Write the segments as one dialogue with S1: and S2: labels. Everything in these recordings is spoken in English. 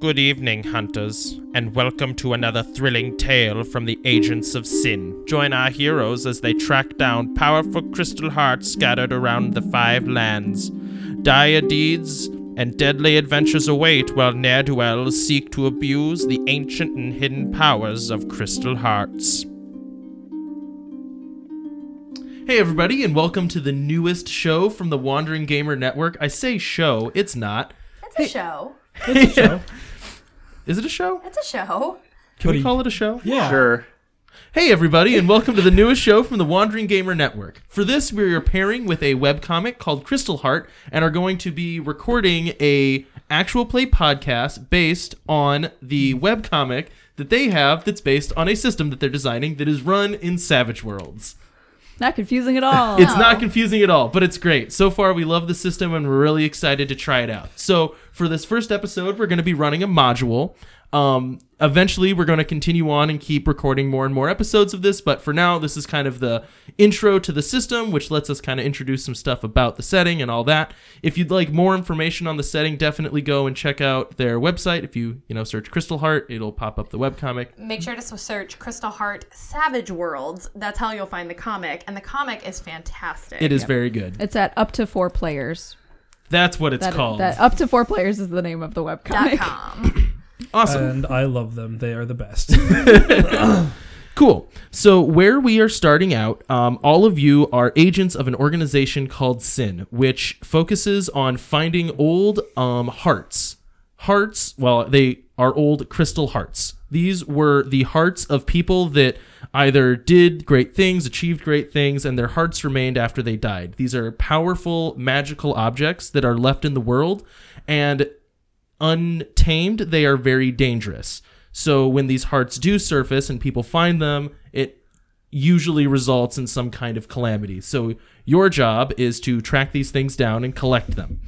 S1: Good evening, hunters, and welcome to another thrilling tale from the Agents of Sin. Join our heroes as they track down powerful crystal hearts scattered around the five lands. Dire deeds and deadly adventures await while ne'er do wells seek to abuse the ancient and hidden powers of crystal hearts. Hey, everybody, and welcome to the newest show from the Wandering Gamer Network. I say show, it's not.
S2: It's a show.
S1: Is it a show?
S2: It's a show.
S1: Can we call it a show?
S3: Yeah.
S4: Sure.
S1: Hey, everybody, and welcome to the newest show from the Wandering Gamer Network. For this, we are pairing with a webcomic called Crystal Heart and are going to be recording a actual play podcast based on the webcomic that they have that's based on a system that they're designing that is run in Savage Worlds.
S5: Not confusing at all.
S1: It's not confusing at all, but it's great. So far, we love the system and we're really excited to try it out. So, for this first episode, we're going to be running a module. Um, eventually, we're going to continue on and keep recording more and more episodes of this, but for now, this is kind of the intro to the system, which lets us kind of introduce some stuff about the setting and all that. If you'd like more information on the setting, definitely go and check out their website. If you, you know, search Crystal Heart, it'll pop up the webcomic.
S2: Make sure to s- search Crystal Heart Savage Worlds. That's how you'll find the comic, and the comic is fantastic.
S1: It is very good.
S5: It's at up to four players.
S1: That's what it's
S5: That,
S1: called.
S5: that oh. up to four players is the name of the
S2: Dot
S5: webcomic.
S2: com.
S1: awesome.
S3: And I love them. They are the best.
S1: Cool. So, where we are starting out, um, all of you are agents of an organization called Sin, which focuses on finding old um, hearts. Hearts, well, they are old crystal hearts. These were the hearts of people that either did great things, achieved great things, and their hearts remained after they died. These are powerful, magical objects that are left in the world, and untamed, they are very dangerous. So when these hearts do surface and people find them, it usually results in some kind of calamity. So your job is to track these things down and collect them.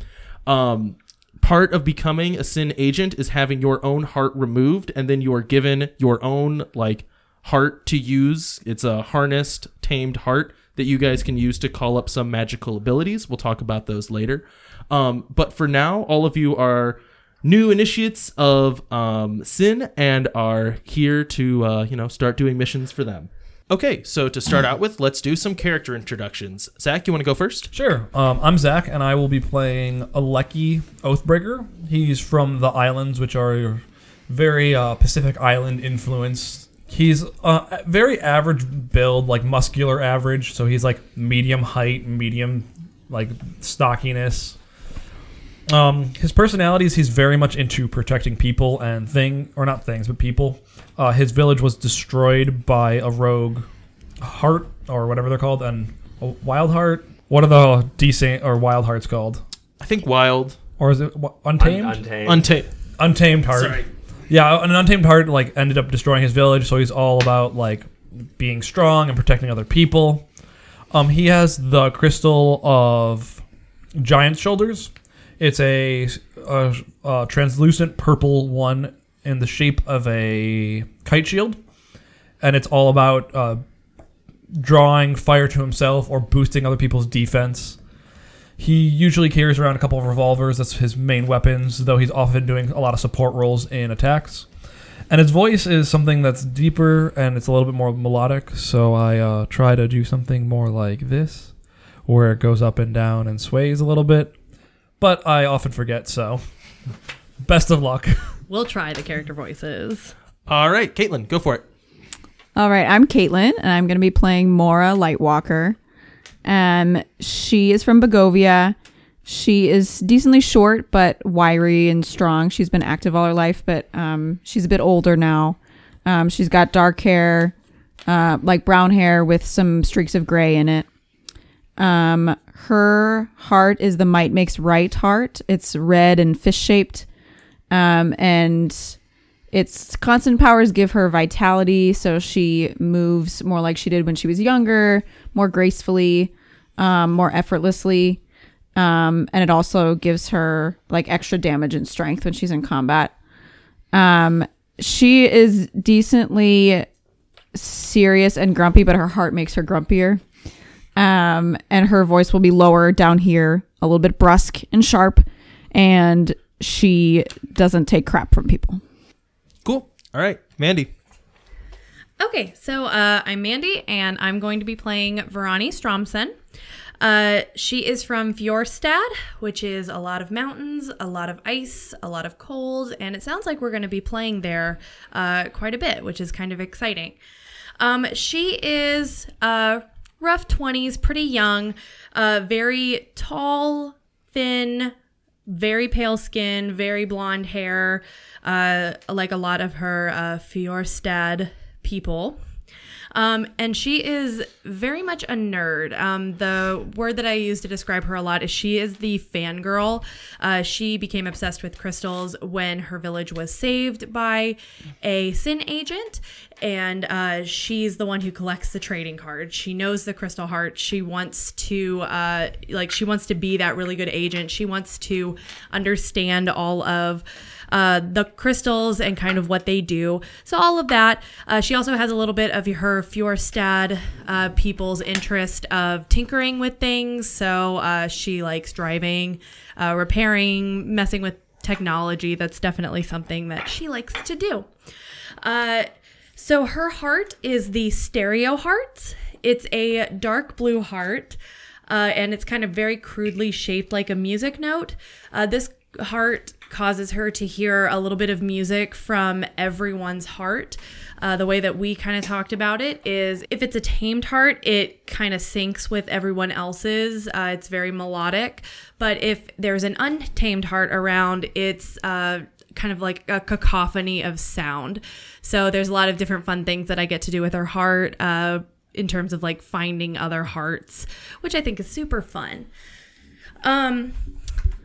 S1: Um, part of becoming a sin agent is having your own heart removed, and then you are given your own like heart to use. It's a harnessed, tamed heart that you guys can use to call up some magical abilities. We'll talk about those later. Um, but for now, all of you are new initiates of um, sin and are here to uh, you know start doing missions for them. Okay, so to start out with, let's do some character introductions. Zach, you want to go first?
S3: sure. Um, I'm Zach, and I will be playing Alecki Oathbreaker. He's from the islands, which are very uh, Pacific Island influenced. He's uh, a very average build, like muscular average. So he's like medium height, medium like stockiness. Um, his personality is he's very much into protecting people and thing or not things, but people. Uh, his village was destroyed by a rogue heart or whatever they're called, and a wild heart. What are the decent or wild hearts called?
S1: I think Wild,
S3: Or is it wh- untamed?
S4: Untamed.
S1: Untamed.
S3: untamed heart. Yeah, an untamed heart like ended up destroying his village, so he's all about like being strong and protecting other people. Um, he has the crystal of giant shoulders. It's a, a, a translucent purple one in the shape of a kite shield, and it's all about uh, drawing fire to himself or boosting other people's defense. He usually carries around a couple of revolvers. That's his main weapons, though he's often doing a lot of support roles in attacks. And his voice is something that's deeper and it's a little bit more melodic. So I uh, try to do something more like this, where it goes up and down and sways a little bit. But I often forget, so best of luck.
S6: We'll try the character voices.
S1: All right, Caitlin, go for it.
S5: All right, I'm Caitlin, and I'm going to be playing Mora Lightwalker. Um, she is from Bogovia. She is decently short, but wiry and strong. She's been active all her life, but um, she's a bit older now. Um, she's got dark hair, uh, like brown hair with some streaks of gray in it. Um, her heart is the Might Makes Right heart. It's red and fish shaped. Um, and its constant powers give her vitality, so she moves more like she did when she was younger, more gracefully, um, more effortlessly. Um, and it also gives her like extra damage and strength when she's in combat. Um, she is decently serious and grumpy, but her heart makes her grumpier. Um, and her voice will be lower down here, a little bit brusque and sharp. And she doesn't take crap from people.
S1: Cool. All right, Mandy.
S6: Okay, so uh, I'm Mandy, and I'm going to be playing Verani Stromsen. Uh, she is from Fjordstad, which is a lot of mountains, a lot of ice, a lot of cold, and it sounds like we're going to be playing there uh, quite a bit, which is kind of exciting. Um, she is uh, rough 20s, pretty young, uh, very tall, thin, very pale skin, very blonde hair, uh, like a lot of her uh, Fjordstad people. Um, and she is very much a nerd. Um, the word that I use to describe her a lot is she is the fangirl. Uh, she became obsessed with crystals when her village was saved by a sin agent, and uh, she's the one who collects the trading cards. She knows the crystal heart. She wants to, uh, like, she wants to be that really good agent. She wants to understand all of uh, the crystals and kind of what they do. So all of that. Uh, she also has a little bit of her Fjordstad uh, people's interest of tinkering with things. So uh, she likes driving, uh, repairing, messing with technology. That's definitely something that she likes to do. Uh, so her heart is the stereo heart. It's a dark blue heart, uh, and it's kind of very crudely shaped like a music note. Uh, this heart causes her to hear a little bit of music from everyone's heart. Uh, the way that we kind of talked about it is if it's a tamed heart, it kind of syncs with everyone else's. Uh, it's very melodic. But if there's an untamed heart around, it's uh, kind of like a cacophony of sound. So there's a lot of different fun things that I get to do with her heart uh, in terms of like finding other hearts, which I think is super fun. Um,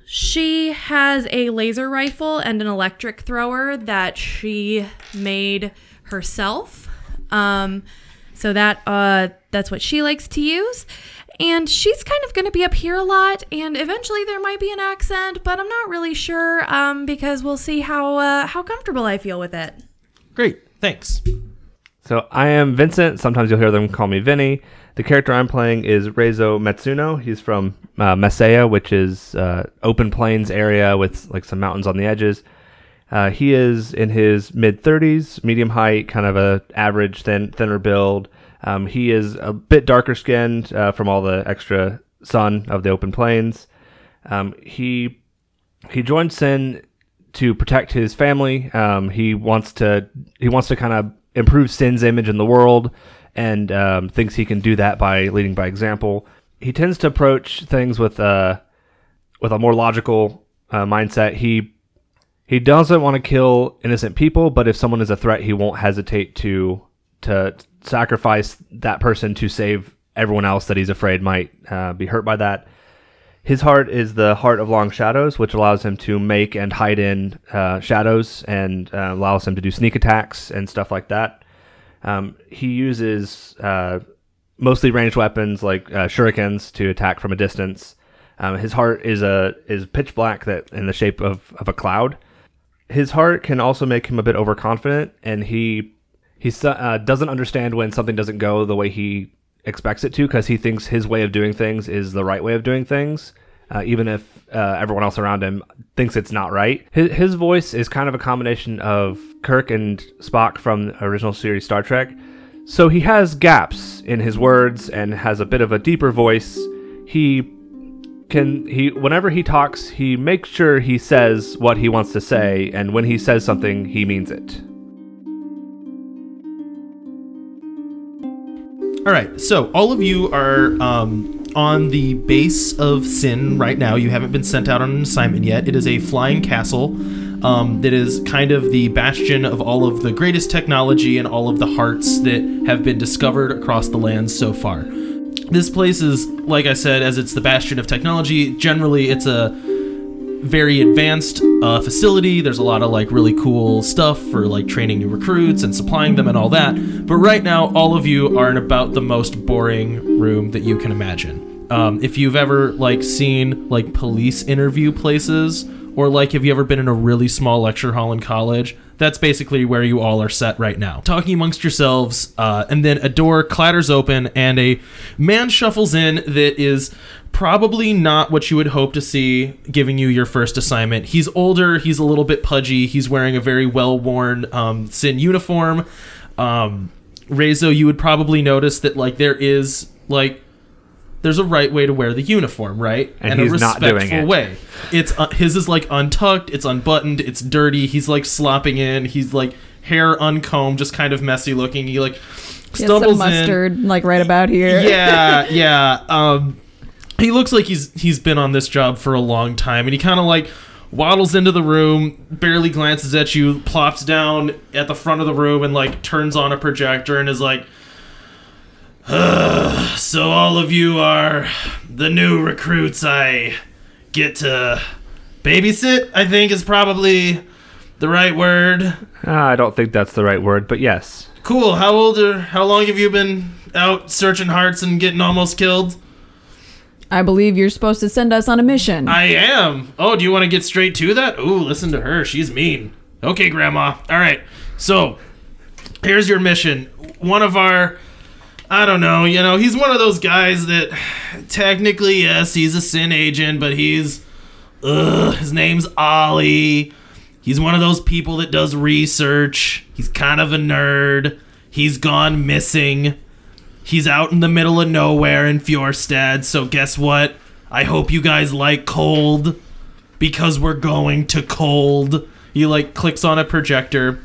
S6: she has a laser rifle and an electric thrower that she made herself. Um, so that uh, that's what she likes to use. And she's kind of going to be up here a lot, and eventually there might be an accent, but I'm not really sure um, because we'll see how uh, how comfortable I feel with it.
S1: Great. Thanks.
S4: So I am Vincent. Sometimes you'll hear them call me Vinny. The character I'm playing is Reizo Matsuno. He's from uh, Masaya, which is uh, open plains area with like some mountains on the edges. Uh, he is in his mid 30s, medium height, kind of a average thin thinner build. Um, he is a bit darker skinned uh, from all the extra sun of the open plains. Um, he he joined Sin to protect his family. Um, he wants to he wants to kind of improve Sin's image in the world, and um, thinks he can do that by leading by example. He tends to approach things with a with a more logical uh, mindset. He he doesn't want to kill innocent people, but if someone is a threat, he won't hesitate to to sacrifice that person to save everyone else that he's afraid might uh, be hurt by that. His heart is the heart of long shadows, which allows him to make and hide in uh, shadows and uh, allows him to do sneak attacks and stuff like that. Um, he uses uh, mostly ranged weapons like uh, shurikens to attack from a distance. Um, his heart is a is pitch black that in the shape of, of a cloud. His heart can also make him a bit overconfident, and he he su- uh, doesn't understand when something doesn't go the way he expects it to because he thinks his way of doing things is the right way of doing things uh, even if uh, everyone else around him thinks it's not right his, his voice is kind of a combination of kirk and spock from the original series star trek so he has gaps in his words and has a bit of a deeper voice he can he whenever he talks he makes sure he says what he wants to say and when he says something he means it
S1: All right. So all of you are um, on the base of Sin right now. You haven't been sent out on an assignment yet. It is a flying castle um, that is kind of the bastion of all of the greatest technology and all of the hearts that have been discovered across the land so far. This place is, like I said, as it's the bastion of technology. Generally, it's a very advanced uh, facility. There's a lot of like really cool stuff for like training new recruits and supplying them and all that. But right now, all of you are in about the most boring room that you can imagine. Um, if you've ever like seen like police interview places, or like have you ever been in a really small lecture hall in college, that's basically where you all are set right now. Talking amongst yourselves, uh, and then a door clatters open and a man shuffles in that is probably not what you would hope to see giving you your first assignment. He's older, he's a little bit pudgy, he's wearing a very well worn um, Sin uniform. Um, Rezo, you would probably notice that, like, there is, like, there's a right way to wear the uniform, right?
S4: And he's
S1: a
S4: not doing it.
S1: way. It's uh, his is like untucked, it's unbuttoned, it's dirty. He's like slopping in. He's like hair uncombed, just kind of messy looking. He like
S5: He has some
S1: stumbles in.
S5: mustard like right about here.
S1: Yeah, yeah. Um, he looks like he's he's been on this job for a long time, and he kind of like waddles into the room, barely glances at you, plops down at the front of the room, and like turns on a projector and is like, "Ugh, "So all of you are the new recruits. I get to babysit. I think is probably the right word."
S4: Ah, I don't think that's the right word, but yes.
S1: Cool. How old are? How long have you been out searching hearts and getting almost killed?
S5: I believe you're supposed to send us on a mission.
S1: I am. Oh, do you want to get straight to that? Ooh, listen to her. She's mean. Okay, Grandma. All right. So, here's your mission. One of our. I don't know. You know, he's one of those guys that technically, yes, he's a sin agent, but he's. Ugh, his name's Ollie. He's one of those people that does research. He's kind of a nerd. He's gone missing. He's out in the middle of nowhere in Fjorstad, so guess what? I hope you guys like cold because we're going to cold. He like clicks on a projector.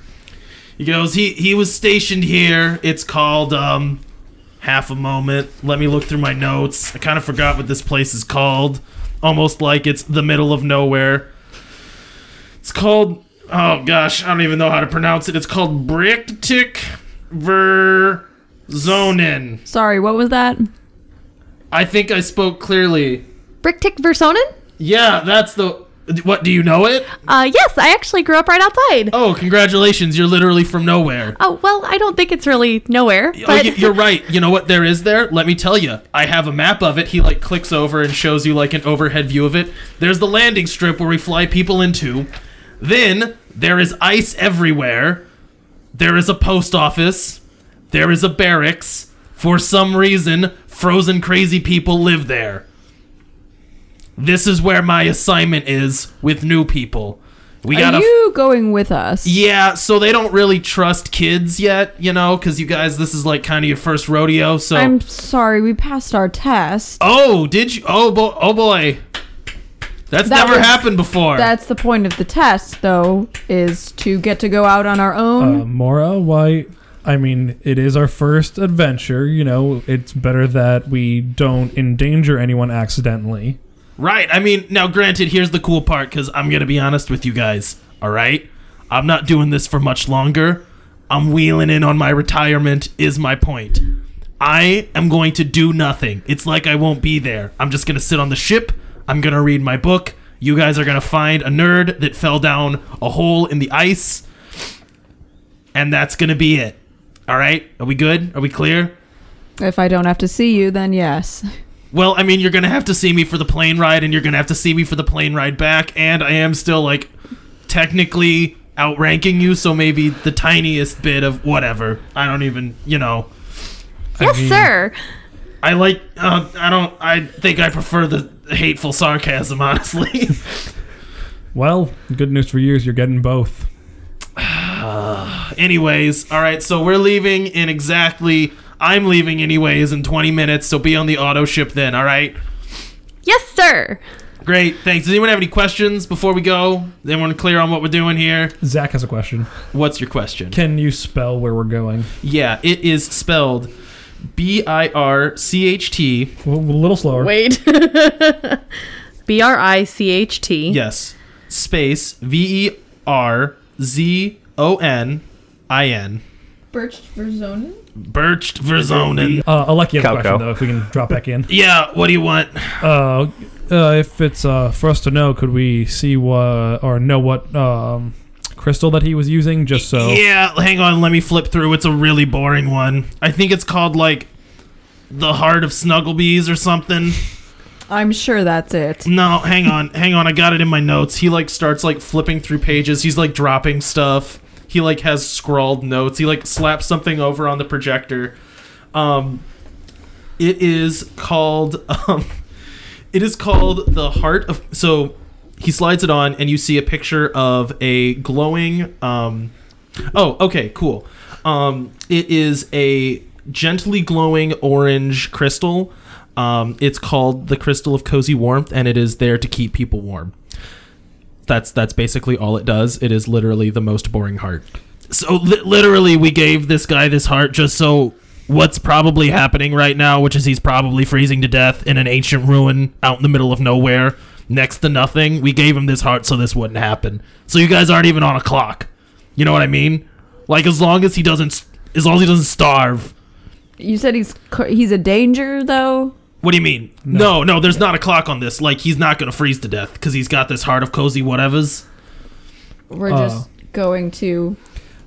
S1: He goes, he he was stationed here. It's called um half a moment. Let me look through my notes. I kind of forgot what this place is called. Almost like it's the middle of nowhere. It's called oh gosh, I don't even know how to pronounce it. It's called Bricktick Verzonen.
S5: Sorry, what was that?
S1: I think I spoke clearly.
S7: Bricktick Versonen?
S1: Yeah, that's the. What do you know it?
S7: Uh, yes, I actually grew up right outside.
S1: Oh, congratulations! You're literally from nowhere.
S7: Oh, well, I don't think it's really nowhere.
S1: Oh,
S7: But
S1: y- you're right. You know what there is there? Let me tell you. I have a map of it. He like clicks over and shows you like an overhead view of it. There's the landing strip where we fly people into. Then there is ice everywhere. There is a post office. There is a barracks. For some reason, frozen crazy people live there. This is where my assignment is with new people. We got
S5: Are
S1: to
S5: you going with us?
S1: yeah, so they don't really trust kids yet, you know, because you guys, this is like kind of your first rodeo. So,
S5: I'm sorry, we passed our test.
S1: oh, did you? Oh, bo- oh boy, that's
S5: That
S1: never
S5: was-
S1: happened before.
S5: That's the point of the test, though, is to get to go out on our own.
S3: Uh, Mora White. I mean, it is our first adventure. You know, it's better that we don't endanger anyone accidentally.
S1: right. I mean, now, granted, here's the cool part, because I'm gonna be honest with you guys. All right, I'm not doing this for much longer. I'm wheeling in on my retirement. Is my point. I am going to do nothing. It's like I won't be there. I'm just going to sit on the ship. I'm going to read my book. You guys are going to find a nerd that fell down a hole in the ice. And that's going to be it. All right? Are we good? Are we clear?
S5: if I don't have to see you, then yes.
S1: Well, I mean, you're going to have to see me for the plane ride, and you're going to have to see me for the plane ride back. And I am still, like, technically outranking you, so maybe the tiniest bit of whatever. I don't even, you know.
S7: yes, sir.
S1: I like. Uh, I don't. I think I prefer the hateful sarcasm, honestly.
S3: Well, good news for you is you're getting both.
S1: anyways, all right. So we're leaving in exactly. I'm leaving anyways in 20 minutes. So be on the auto ship then. All right.
S7: Yes, sir.
S1: Great. Thanks. Does anyone have any questions before we go? Does anyone clear on what we're doing here?
S3: Zach has a question.
S1: What's your question?
S3: Can you spell where we're going?
S1: Yeah, it is spelled B I R C H T.
S3: Well, a little slower.
S6: Wait. B R I C H T.
S1: Yes. Space V E R Z O N I N.
S5: Birch Verzonen?
S1: Birched Verzonen.
S3: Uh, Alekia has a
S4: Calco.
S3: question though, if we can drop back in.
S1: Yeah, what do you want?
S3: Uh, uh, if it's uh, for us to know, could we see what or know what um, crystal that he was using? Just so
S1: Yeah, hang on, let me flip through. It's a really boring one. I think it's called like the Heart of Snugglebees or something.
S5: I'm sure that's it.
S1: No, hang on, hang on. I got it in my notes. He like starts like flipping through pages. He's like dropping stuff. He like has scrawled notes. He like slaps something over on the projector. Um, it is called um, It is called the Heart of. So he slides it on, and you see a picture of a glowing. Um, oh, okay, cool. Um, it is a gently glowing orange crystal. Um, it's called the Crystal of Cozy Warmth, and it is there to keep people warm. That's that's basically all it does. It is literally the most boring heart. So li- literally, we gave this guy this heart just so what's probably happening right now, which is he's probably freezing to death in an ancient ruin out in the middle of nowhere, next to nothing. We gave him this heart so this wouldn't happen. So you guys aren't even on a clock. You know what I mean? Like as long as he doesn't, as long as he doesn't starve.
S5: You said he's cr- he's a danger though.
S1: What do you mean? No, no, there's not a clock on this. Like he's not gonna freeze to death because he's got this heart of cozy whatevers.
S5: We're
S3: Uh.
S5: just going to.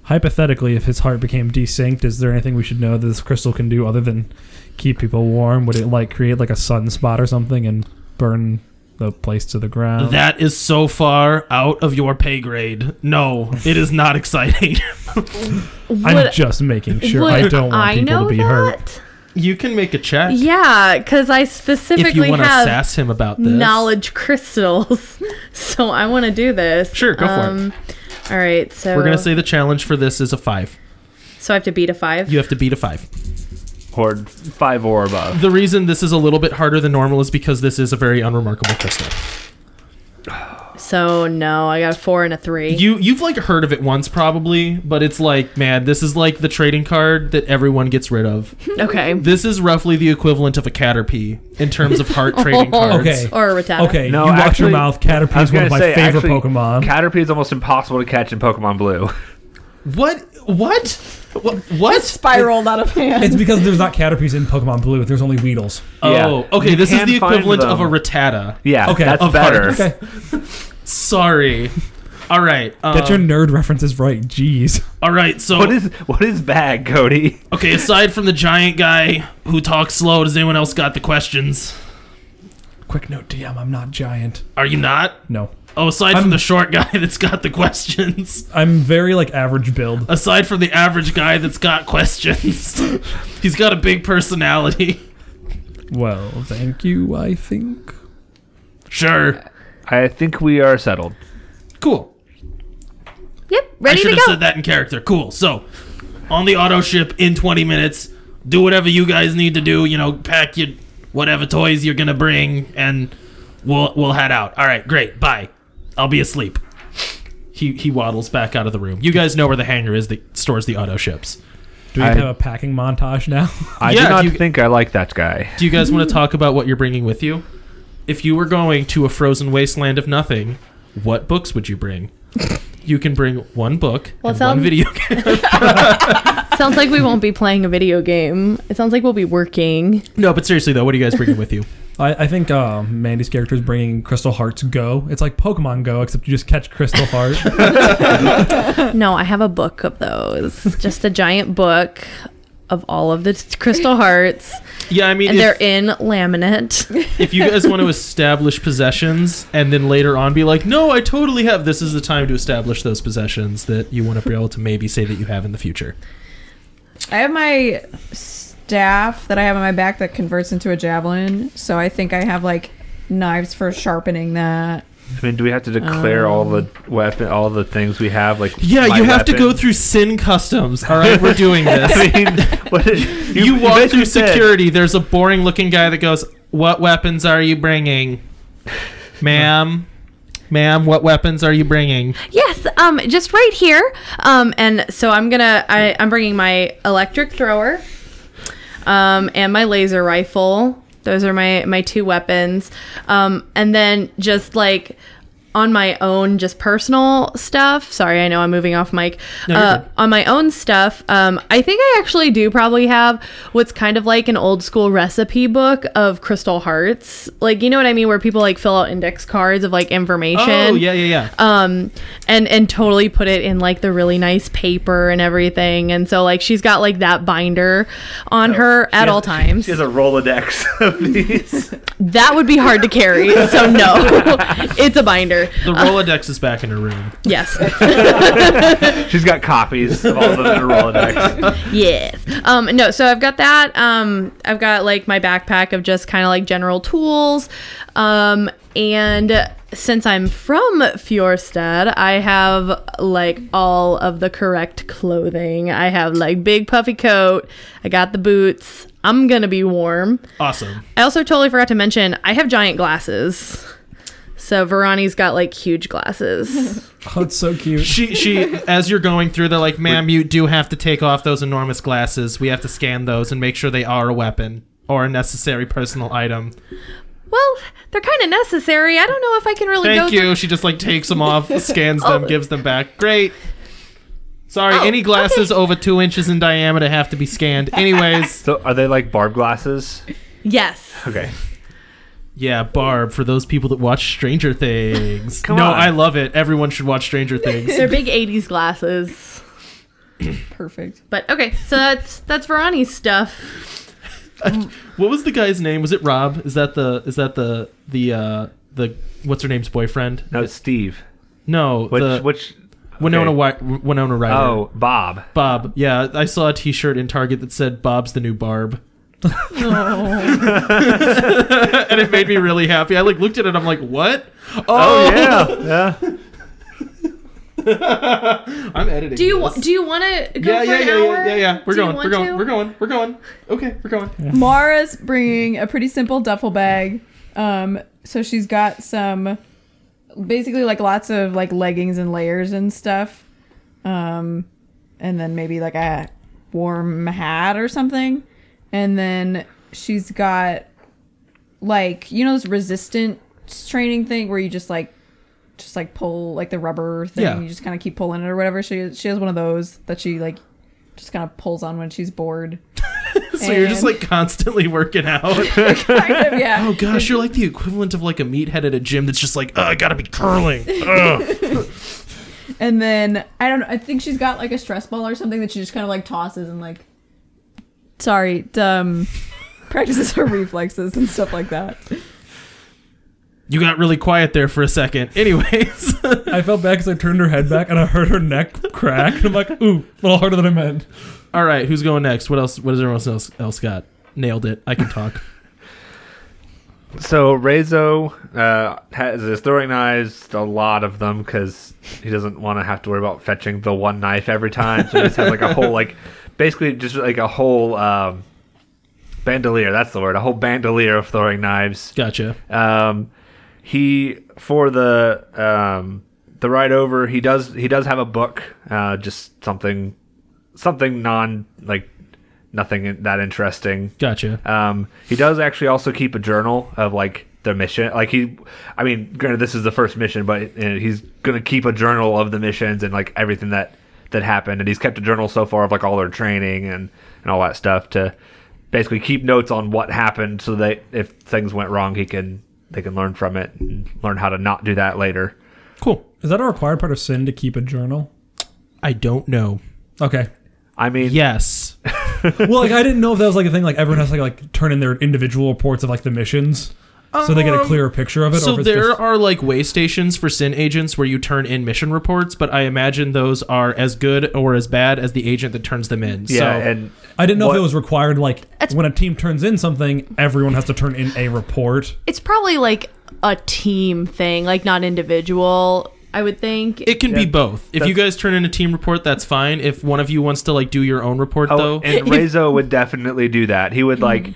S3: Hypothetically, if his heart became desynced, is there anything we should know that this crystal can do other than keep people warm? Would it like create like a sunspot or something and burn the place to the ground?
S1: that is so far out of your pay grade. No, it is not exciting.
S3: I'm
S7: Would-
S3: just making sure.
S7: would
S3: I don't want people
S7: know
S3: to be
S7: that?
S3: hurt.
S1: you can make a check
S7: Yeah, because I
S1: if you
S7: specifically
S1: want to
S7: have
S1: sass him about this.
S7: knowledge crystals, so I want to do this.
S1: Sure, go for it.
S7: it. All right, so
S1: We're gonna say the challenge for this is a five.
S7: so I have to beat a five.
S1: You have to beat a five.
S4: Or five or above.
S1: The reason this is a little bit harder than normal is because this is a very unremarkable crystal.
S7: So no, I got a four and a three.
S1: You you've like heard of it once probably, but it's like man, this is like the trading card that everyone gets rid of.
S7: okay,
S1: This is roughly the equivalent of a caterpie in terms of heart trading cards.
S3: Okay.
S7: or a Rattata.
S3: Okay,
S4: No,
S3: you watch
S4: actually-
S3: your mouth.
S4: I
S3: Caterpie
S4: was
S3: is one of
S4: gonna
S3: my
S4: say,
S3: favorite
S4: actually,
S3: Pokemon.
S4: Caterpie is almost impossible to catch in Pokemon Blue.
S1: What what what? what?
S5: Spiraled out of hand.
S3: it's because there's not Caterpies in Pokemon Blue. There's only Weedles.
S1: Oh, okay.
S4: You
S1: this is
S4: can
S1: the
S4: find
S1: equivalent of a
S4: them.
S1: Rattata.
S4: Yeah,
S3: Okay,
S4: that's
S1: of
S4: better.
S1: hearts.
S3: Okay,
S1: Sorry. All right. Um,
S3: get your nerd references right. Jeez.
S1: all right. So
S4: What is what is bag, Cody?
S1: Okay, aside from the giant guy who talks slow, does anyone else got the questions?
S3: Quick note, DM. I'm not giant.
S1: Are you not?
S3: No,
S1: Oh, aside from
S3: I'm-
S1: the short guy that's got the questions.
S3: I'm very like average build.
S1: Aside from the average guy that's got questions. He's got a big personality.
S3: Well, thank you. I think.
S1: Sure.
S4: I think we are settled.
S1: Cool.
S7: Yep,
S1: I
S7: ready
S1: should
S7: to
S1: have
S7: go.
S1: said that in character. Cool. So, on the auto ship in 20 minutes, do whatever you guys need to do. You know, pack your whatever toys you're gonna bring, and we'll we'll head out. All right, great. Bye. I'll be asleep. He he waddles back out of the room. You guys know where the hangar is that stores the auto ships.
S3: Do we
S4: I-
S3: have a packing montage now?
S4: I
S1: Yeah,
S4: do
S1: if
S4: not
S1: you-
S4: think I like that guy.
S1: Do you guys want to talk about what you're bringing with you? If you were going to a frozen wasteland of nothing, what books would you bring? You can bring one book
S7: Well,
S1: and
S7: it
S1: one
S7: sounds-
S1: video game.
S7: sounds like we won't be playing a video game. It sounds like we'll be working.
S1: No, but seriously though, what are you guys bringing with you?
S3: I, I think uh, Mandy's character is bringing Crystal Hearts Go. It's like Pokemon Go, except you just catch Crystal Heart.
S7: No, I have a book of those. Just a giant book of all of the t- crystal hearts,
S1: Yeah, I mean,
S7: and
S1: if-
S7: they're in laminate.
S1: if you guys want to establish possessions and then later on be like, no, I totally have, this is the time to establish those possessions that you want to be able to maybe say that you have in the future.
S5: I have my staff that I have on my back that converts into a javelin. So I think I have like knives for sharpening that.
S4: I mean, do we have to declare all the
S1: Um.
S4: weapon, all the things we have? Like,
S1: Yeah,
S4: my
S1: you have to go
S4: weapon?
S1: through sin customs. All right, we're doing this.
S4: I mean, what is,
S1: you, walk
S4: basically
S1: through
S4: said-
S1: security. There's a boring looking guy that goes, "What weapons are you bringing, ma'am? Ma'am, what weapons are you bringing?"
S7: yes, um, just right here. Um, and so I'm gonna. I, I'm bringing my electric thrower, um, and my laser rifle. Those are my my two weapons. Um, and then just like on my own, just personal stuff. Sorry, I know I'm moving off mic.
S1: you're
S7: uh,
S1: good.
S7: on my own stuff, um, I think I actually do probably have what's kind of like an old school recipe book of crystal hearts. Like you know what I mean, where people like fill out index cards of like information
S1: Oh, yeah, yeah, yeah.
S7: um and and totally put it in like the really nice paper and everything and so like she's got like that binder on her
S4: Oh,
S7: at
S4: She has-
S7: all times
S4: She has a rolodex of these.
S7: that would be hard to carry so no it's a binder
S1: The Rolodex is back in her room.
S7: Yes.
S4: She's got copies of all of them in her Rolodex.
S7: yes. Um, no, so I've got that. Um, I've got like my backpack of just kind of like general tools. Um, and since I'm from Fjorstad, I have like all of the correct clothing. I have like big puffy coat. I got the boots. I'm gonna be warm.
S1: Awesome.
S7: I also totally forgot to mention I have giant glasses. So Verani's got like huge glasses.
S3: Oh, it's so cute.
S1: She she as you're going through, they're like, ma'am, you do have to take off those enormous glasses. We have to scan those and make sure they are a weapon or a necessary personal item.
S7: well, they're kind of necessary. I don't know if I can really go
S1: Thank
S7: through
S1: you. She just like takes them off, scans them, gives them back. Great. Sorry,
S7: Oh,
S1: any glasses over two inches in diameter have to be scanned. Anyways,
S4: So are they like barb glasses?
S7: Yes.
S4: Okay.
S1: yeah, Barb. For those people that watch Stranger Things, no,
S4: on.
S1: I love it. Everyone should watch Stranger Things.
S7: They're big 80s glasses.
S5: Perfect.
S7: But okay, so that's that's Verani's stuff.
S1: What was the guy's name? Was it Rob? Is that the is that the the uh the what's her name's boyfriend?
S4: No, it's Steve.
S1: No,
S4: Which
S1: the
S4: which?
S1: Winona
S4: okay.
S1: Wi- Winona Ryder.
S4: Oh, Bob.
S1: Bob. Yeah, I saw a T-shirt in Target that said "Bob's the new Barb," and it made me really happy. I like looked at it. I'm like, what? Oh,
S4: Oh yeah, yeah.
S1: I'm editing.
S7: Do you
S1: this.
S7: do you want to go
S1: Yeah,
S7: for
S1: yeah,
S7: an
S1: yeah,
S7: hour?
S1: yeah, yeah, yeah. We're
S7: Do you
S1: going. We're
S7: want
S1: going.
S7: to?
S1: We're going. We're going. Okay, we're going.
S5: Mara's bringing a pretty simple duffel bag. Um, so she's got some, basically like lots of like leggings and layers and stuff, um, and then maybe like a warm hat or something, and then she's got like you know this resistance training thing where you just like just like pull like the rubber thing
S1: Yeah.
S5: you just kind of keep pulling it or whatever she she has one of those that she like just kind of pulls on when she's bored
S1: So you're just
S5: And-
S1: like constantly working out.
S5: kind of, yeah
S1: Oh gosh, you're like the equivalent of like a meathead at a gym that's just like, oh, I gotta be curling.
S5: And then I don't know. I think she's got like a stress ball or something that she just kind of like tosses and like. Sorry, um, practices her reflexes and stuff like that.
S1: You got really quiet there for a second. Anyways,
S3: I felt bad because I turned her head back and I heard her neck crack. And I'm like, ooh, a little harder than I meant.
S1: all right, who's going next? What else? What does everyone else else got? Nailed it. I can talk.
S4: So Rezo uh, has his throwing knives, a lot of them, because he doesn't want to have to worry about fetching the one knife every time. So he just has like a whole, like, basically just like a whole um, bandolier. That's the word. A whole bandolier of throwing knives.
S1: Gotcha.
S4: Um, he for the um, the ride over, he does he does have a book, uh, just something something non like nothing that interesting.
S1: Gotcha.
S4: Um, he does actually also keep a journal of like the mission. Like he, I mean, granted this is the first mission, but uh, he's gonna keep a journal of the missions and like everything that that happened. And he's kept a journal so far of like all their training and and all that stuff to basically keep notes on what happened, so that if things went wrong, he can they can learn from it and learn how to not do that later.
S1: Cool.
S3: Is that a required part of sin to keep a journal?
S1: I don't know.
S3: Okay.
S4: I mean,
S1: Yes.
S3: Well, like I didn't know if that was like a thing. Like everyone has to like, like turn in their individual reports of like the missions, so they get a
S1: Um,
S3: clearer picture of it.
S1: So
S3: or if it's
S1: there
S3: just,
S1: are like way stations for sin agents where you turn in mission reports, but I imagine those are as good or as bad as the agent that turns them in.
S4: yeah,
S1: so,
S4: and
S3: I didn't know
S4: what-
S3: if it was required. Like when a team turns in something, everyone has to turn in a report.
S7: It's probably like a team thing, like not individual, I would think.
S1: it can be both. If you
S4: that's-
S1: guys turn in a team report, that's fine. If one of you wants to like do your own report,
S4: Oh,
S1: though,
S4: and Rezo would definitely do that. He would like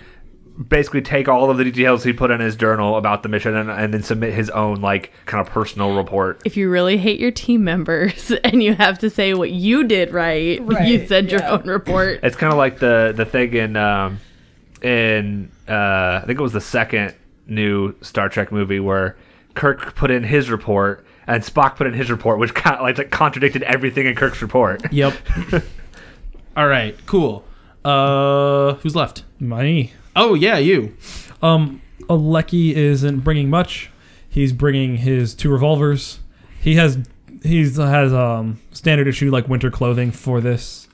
S4: basically take all of the details he put in his journal about the mission and, and then submit his own like kind of personal report.
S7: if you really hate your team members and you have to say what you did right, you
S5: Right,
S7: send your
S5: yeah.
S7: own report.
S4: It's kind of like the the thing in um, in uh, I think it was the second new Star Trek movie where Kirk put in his report and Spock put in his report, which kind of like contradicted everything in Kirk's report.
S1: yep. All right, cool. Uh, who's left?
S3: My
S1: Oh yeah, you.
S3: um, Alecki isn't bringing much. He's bringing his two revolvers. He has he's has um standard issue like winter clothing for this.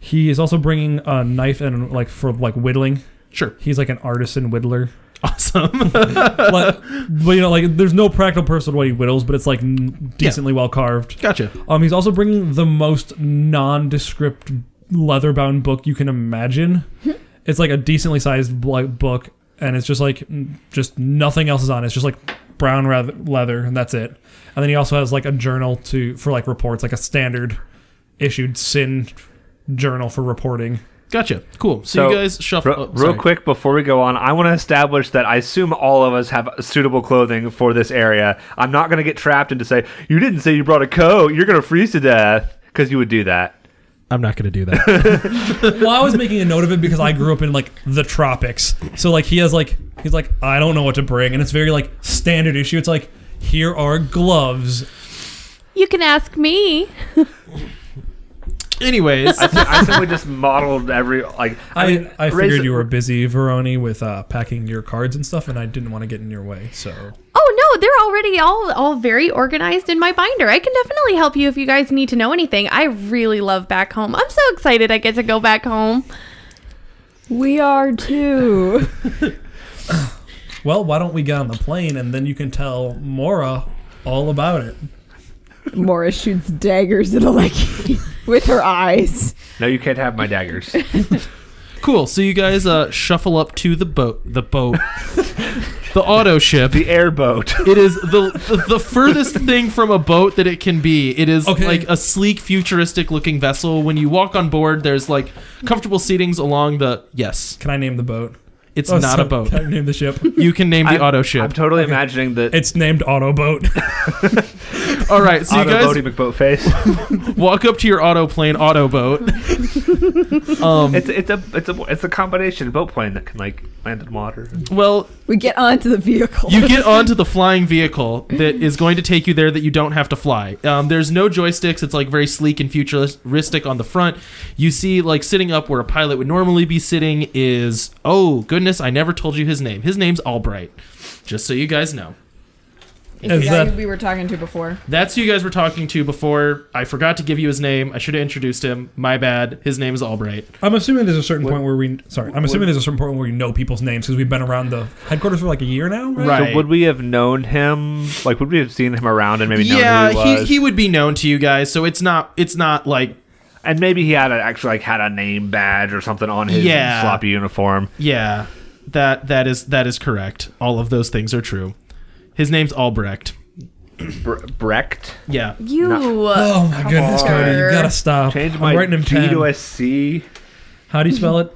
S3: He is also bringing a knife and like for like whittling.
S1: Sure.
S3: He's like an artisan whittler.
S1: Awesome.
S3: But, but you know, like there's no practical purpose to what he whittles, but it's like n- decently well carved.
S1: gotcha.
S3: Um, he's also bringing the most nondescript leather-bound book you can imagine. it's like a decently sized like book, and it's just like n- just nothing else is on. it. It's just like brown rev- leather, and that's it. And then he also has like a journal to for like reports, like a standard issued sin journal for reporting.
S1: Gotcha. Cool. So, you guys shuffle.
S4: ro-
S1: oh,
S4: real
S1: sorry.
S4: quick before we go on. I want to establish that I assume all of us have suitable clothing for this area. I'm not going to get trapped into say you didn't say you brought a coat. You're going to freeze to death because you would do that.
S1: I'm not going to do that.
S3: well, I was making a note of it because I grew up in like the tropics. So like he has like he's like I don't know what to bring, and it's very like standard issue. It's like here are gloves.
S7: You can ask me.
S1: Anyways,
S4: I, think I think we just modeled every like.
S3: I I,
S4: mean,
S3: figured
S4: raise-
S3: you were busy, Veroni, with uh, packing your cards and stuff, and I didn't want to get in your way. So
S7: Oh no, they're already all all very organized in my binder. I can definitely help you if you guys need to know anything. I really love back home. I'm so excited I get to go back home.
S5: We are too.
S3: well, why don't we get on the plane and then you can tell Mora all about it.
S5: Mora shoots daggers at Aleki with her eyes.
S4: No, you can't have my daggers.
S1: cool. So you guys uh, shuffle up to the boat. The boat. the auto ship.
S4: the airboat.
S1: It is the, the the furthest thing from a boat that it can be. It is
S3: Okay.
S1: like a sleek, futuristic looking vessel. When you walk on board, there's like comfortable seatings along the. Yes,
S3: Can I name the boat?
S1: it's
S3: Oh,
S1: not
S3: so-
S1: a boat.
S3: Can I name the ship?
S1: You can name the
S4: I'm-
S1: auto
S4: I'm
S1: ship.
S4: totally imagining that
S3: It's named Autoboat.
S1: All right, so you
S4: auto
S1: guys
S4: Bodie McBoatface.
S1: walk up to your auto plane, auto boat. um,
S4: it's it's a it's a it's a combination boat plane that can like land in water.
S1: well,
S5: We get onto the vehicle.
S1: you get onto the flying vehicle that is going to take you there that you don't have to fly. Um, there's no joysticks. It's like very sleek and futuristic on the front. You see, like sitting up where a pilot would normally be sitting is oh goodness, I never told you his name. His name's Albright. Just so you guys know,
S5: It's the
S3: Is
S5: guy
S3: that-
S5: we were talking to before.
S1: that's who you guys were talking to before. I forgot to give you his name. I should have introduced him. My bad. His name is Albright.
S3: I'm assuming there's a certain point where we. Sorry, I'm assuming there's a certain point where we know people's names because we've been around the headquarters for like a year now, right?
S1: Right.
S4: So would we have known him? Like, would we have seen him around and maybe
S1: yeah,
S4: known who he was?
S1: he, he would be known to you guys, so it's not it's not like
S4: and maybe he had a, actually like had a name badge or something on his
S1: Yeah.
S4: sloppy uniform.
S1: Yeah, that that is that is correct. All of those things are true. His name's Albrecht.
S4: Bre- Brecht.
S1: Yeah.
S7: You
S3: Oh my goodness, Cody, you gotta
S1: Oh,
S3: stop.
S4: Uh, Change
S3: I'm
S4: my
S3: writing in
S4: G
S3: pen.
S4: to a C.
S3: How do you spell it?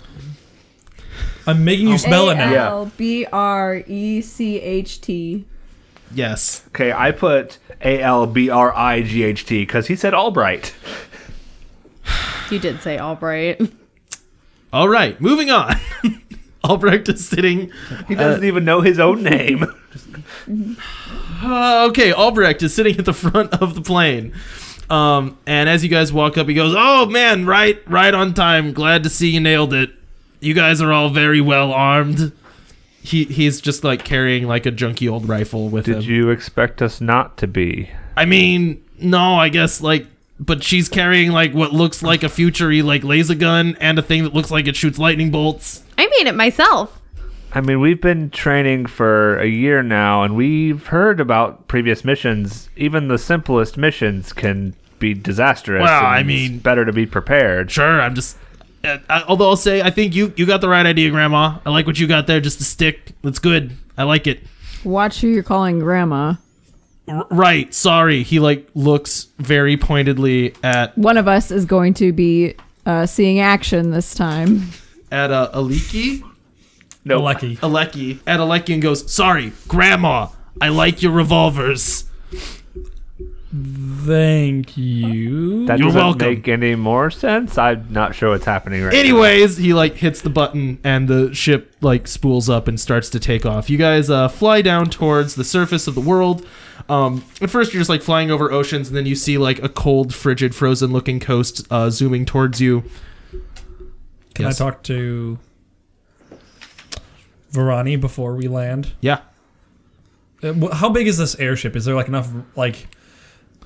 S3: I'm making
S1: Oh.
S3: you spell
S1: uh,
S3: it now.
S4: Yeah.
S5: B R E C H T.
S1: Yes.
S4: Okay, I put A L B R I G H T because he said Albright.
S7: You did say Albright.
S1: All right. Moving on. Albrecht is sitting.
S4: He doesn't even know his own name.
S1: Uh, okay. Albrecht is sitting at the front of the plane. Um, and as you guys walk up, he goes, "Oh man, right, right on time. Glad to see you nailed it. You guys are all very well armed." He he's just like carrying like a junky old rifle with him.
S4: Did you expect us not to be?
S1: I mean, no, I guess like but she's carrying like what looks like a futury like laser gun and a thing that looks like it shoots lightning bolts.
S7: I made it myself.
S4: I mean, we've been training for a year now, and we've heard about previous missions. Even the simplest missions can be disastrous.
S1: Well,
S4: and
S1: I
S4: it's
S1: mean-
S4: better to be prepared.
S1: Sure, I'm just uh, I, although I'll say I think you you got the right idea, grandma. I like what you got there just a stick. That's good. I like it.
S5: Watch who you're calling grandma.
S1: R- right. Sorry. He like looks very pointedly at
S5: One of us is going to be uh, seeing action this time.
S1: at uh, Aliki,
S4: No,
S3: Lucky.
S1: Aleki, at Aleki and goes, "Sorry, grandma. I like your revolvers."
S3: Thank you.
S4: that
S1: You're
S4: doesn't
S1: welcome.
S4: make any more sense. I'm not sure what's happening right now.
S1: Anyways, he like hits the button and the ship like spools up and starts to take off. You guys uh, fly down towards the surface of the world. Um, at first, you're just like flying over oceans, and then you see like a cold, frigid, frozen-looking coast uh, zooming towards you.
S3: Can
S1: Yes.
S3: I talk to Varani before we land?
S1: Yeah.
S3: Uh, wh- How big is this airship? Is there like enough like?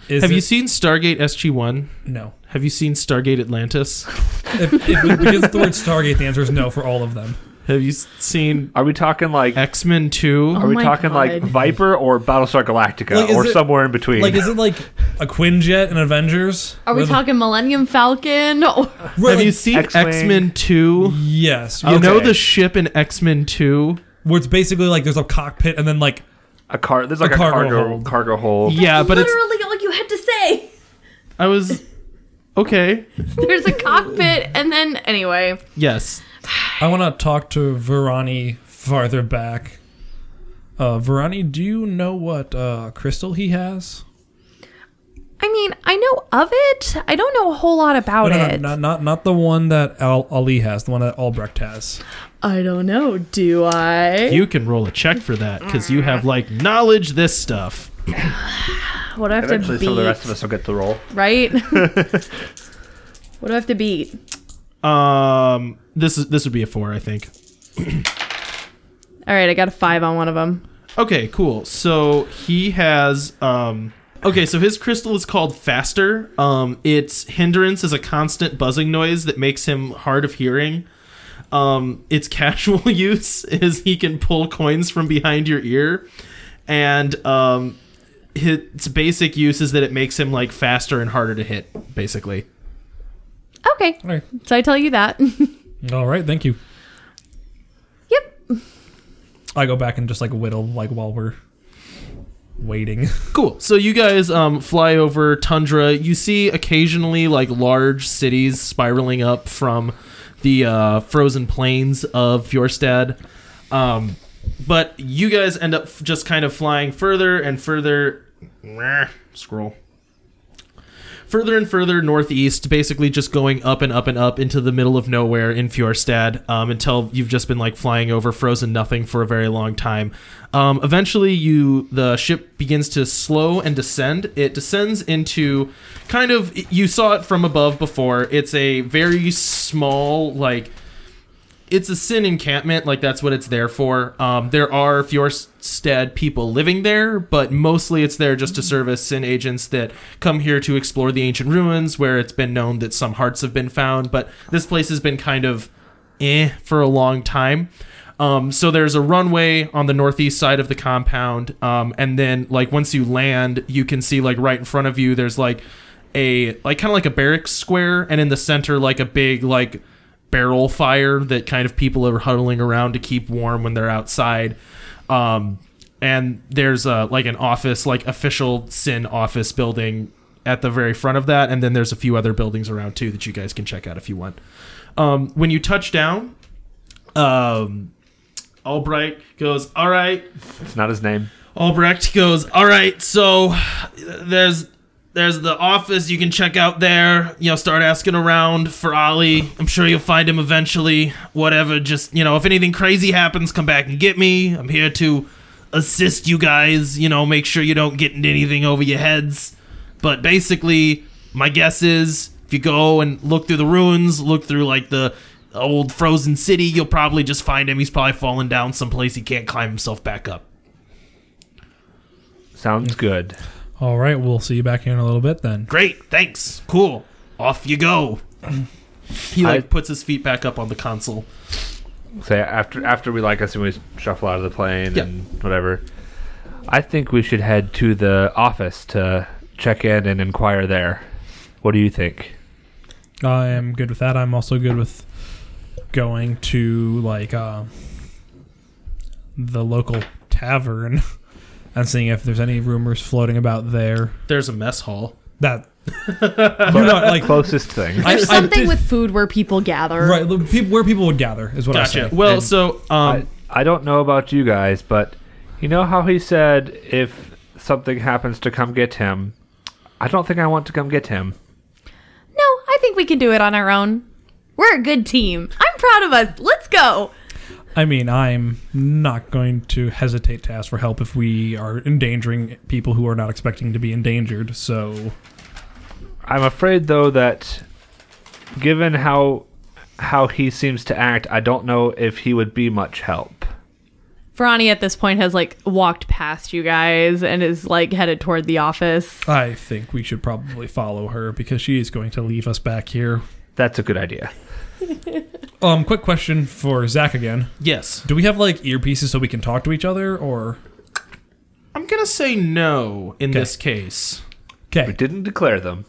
S3: Is
S1: Have
S3: it-
S1: you seen Stargate SG One?
S3: no?
S1: Have you seen Stargate Atlantis?
S3: If, if it begins with the word Stargate, the answer is no for all of them.
S1: Have you s- seen
S4: Are we talking like?
S1: X Men Two?
S4: are we
S7: Oh my
S4: talking like
S7: God.
S4: Viper or Battlestar Galactica
S3: Like, is
S4: or
S3: it-
S4: somewhere in between?
S3: Like, is it like a Quinjet in Avengers?
S7: Are we
S3: Where the-
S7: talking Millennium Falcon? Or
S3: Right,
S1: Have
S3: Oh, like-
S1: you seen X
S4: X-Wing.
S1: Men Two?
S3: Yes.
S1: You know
S4: Okay.
S1: the ship in X Men Two?
S3: Where it's basically like there's a cockpit and then like
S4: a car? There's like a,
S3: cargo
S4: cargo
S3: hold.
S4: cargo hold.
S1: Yeah, but it's
S7: literally all you had to say.
S1: I was okay.
S7: There's a cockpit, and then anyway,
S1: Yes,
S3: I want to talk to Verani farther back. Uh, Verani, do you know what uh, crystal he has?
S6: I mean, I know of it. I don't know a whole lot about
S3: no, no, no,
S6: it.
S3: not, not not the one that Al- Ali has, the one that Albrecht has.
S7: I don't know. Do I?
S1: you can roll a check for that because you have like knowledge this stuff.
S7: What do I have
S4: Eventually,
S7: to
S4: some
S7: beat?
S4: of the rest of us will get the roll.
S7: Right? what do I have to beat?
S1: Um, this is this would be a four, I think.
S7: All right, I got a five on one of them.
S1: Okay, cool. So he has um Okay, so his crystal is called Faster. Um its hindrance is a constant buzzing noise that makes him hard of hearing. Um its casual use is he can pull coins from behind your ear and um its basic use is that it makes him like faster and harder to hit basically.
S7: Okay,
S3: All right.
S7: so I tell you that.
S3: All right. Thank you.
S7: yep.
S3: I go back and just like whittle like while we're waiting.
S1: Cool. So you guys um, fly over tundra. You see occasionally like large cities spiraling up from the uh, frozen plains of Fjordstad. Um, but you guys end up f- just kind of flying further and further. Meh, Scroll. Further and further northeast, basically just going up and up and up into the middle of nowhere in Fjordstad um, until you've just been like flying over frozen nothing for a very long time. Um, eventually, you the ship begins to slow and descend. It descends into kind of you saw it from above before. It's a very small like it's a sin encampment like that's what it's there for um, there are fjordstad people living there but mostly it's there just to service sin agents that come here to explore the ancient ruins where it's been known that some hearts have been found but this place has been kind of eh for a long time um, so there's a runway on the northeast side of the compound um, and then like once you land you can see like right in front of you there's like a like kind of like a barracks square and in the center like a big like barrel fire that kind of people are huddling around to keep warm when they're outside. Um, and there's a, like an office, like official sin office building at the very front of that, and then there's a few other buildings around too that you guys can check out if you want. Um, when you touch down, um, Albright goes, "All right,
S4: It's not his name.
S1: Albrecht goes, "All right, so there's there's the office you can check out there. You know, start asking around for Ollie. I'm sure you'll find him eventually. Whatever, just you know, if anything crazy happens, come back and get me. I'm here to assist you guys. You know, make sure you don't get into anything over your heads. But basically, my guess is if you go and look through the ruins, look through like the old frozen city, you'll probably just find him. He's probably fallen down someplace he can't climb himself back up."
S4: Sounds good.
S3: All right. We'll see you back here in a little bit then.
S1: Great, thanks. Cool. Off you go. He like
S4: I-
S1: puts his feet back up on the console.
S4: say after after we like us and we shuffle out of the plane
S1: Yeah.
S4: and whatever. I think we should head to the office to check in and inquire there. What do you think?
S3: I am good with that. I'm also good with going to like uh, the local tavern and seeing if there's any rumors floating about there.
S1: There's a mess hall.
S3: That you know, like
S4: Closest thing.
S3: I-
S7: There's
S3: I
S7: something
S3: did-
S7: with food where people gather.
S3: right the peop- where people would gather is what I
S1: Gotcha.
S3: say.
S1: Well,
S3: And-
S1: so
S4: I,
S1: um,
S4: I don't know about you guys, but you know how he said if something happens to come get him. I don't think I want to come get him.
S7: No, I think we can do it on our own. We're a good team. I'm proud of us. Let's go.
S3: I mean, I'm not going to hesitate to ask for help if we are endangering people who are not expecting to be endangered. So
S4: I'm afraid though that given how how he seems to act, I don't know if he would be much help.
S7: Verani at this point has like walked past you guys and is like headed toward the office.
S3: I think we should probably follow her because she is going to leave us back here.
S4: That's a good idea.
S3: Um, quick question for Zach again.
S1: Yes.
S3: Do we have like earpieces so we can talk to each other, or
S1: I'm gonna say no in this case.
S4: We
S3: okay?
S4: didn't declare them.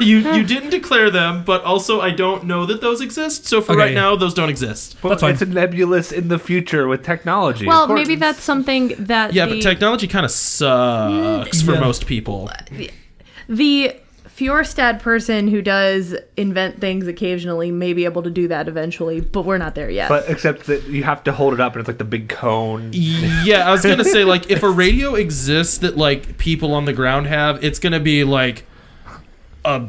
S1: you you didn't declare them, but also I don't know that those exist. So for
S3: Okay.
S1: right now, those don't exist.
S4: Well,
S3: That's fine.
S4: It's a nebulous in the future with technology.
S7: Well,
S4: Of course.
S7: maybe that's something that
S1: Yeah,
S7: the,
S1: but technology kind of sucks for most people.
S7: the Fjorstad person who does invent things occasionally may be able to do that eventually, but we're not there yet.
S4: But except that you have to hold it up, and it's like the big cone.
S1: Yeah, I was gonna say like if a radio exists that like people on the ground have, it's gonna be like a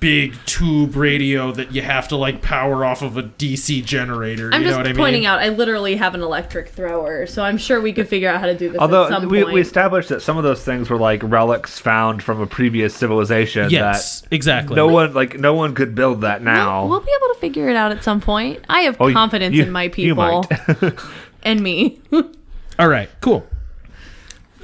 S1: big tube radio that you have to like power off of a DC generator.
S7: I'm
S1: you know
S7: just
S1: what I mean?
S7: pointing out, I literally have an electric thrower, so I'm sure we could figure out how to do this at
S4: Although
S7: some
S4: we,
S7: point.
S4: we established that some of those things were like relics found from a previous civilization
S1: Yes,
S4: that
S1: exactly.
S4: no one like no one could build that now.
S7: We'll, we'll be able to figure it out at some point. I have
S4: Oh, you-
S7: confidence
S4: you-
S7: in my
S4: you
S7: people
S4: might.
S7: and me.
S1: All right, cool.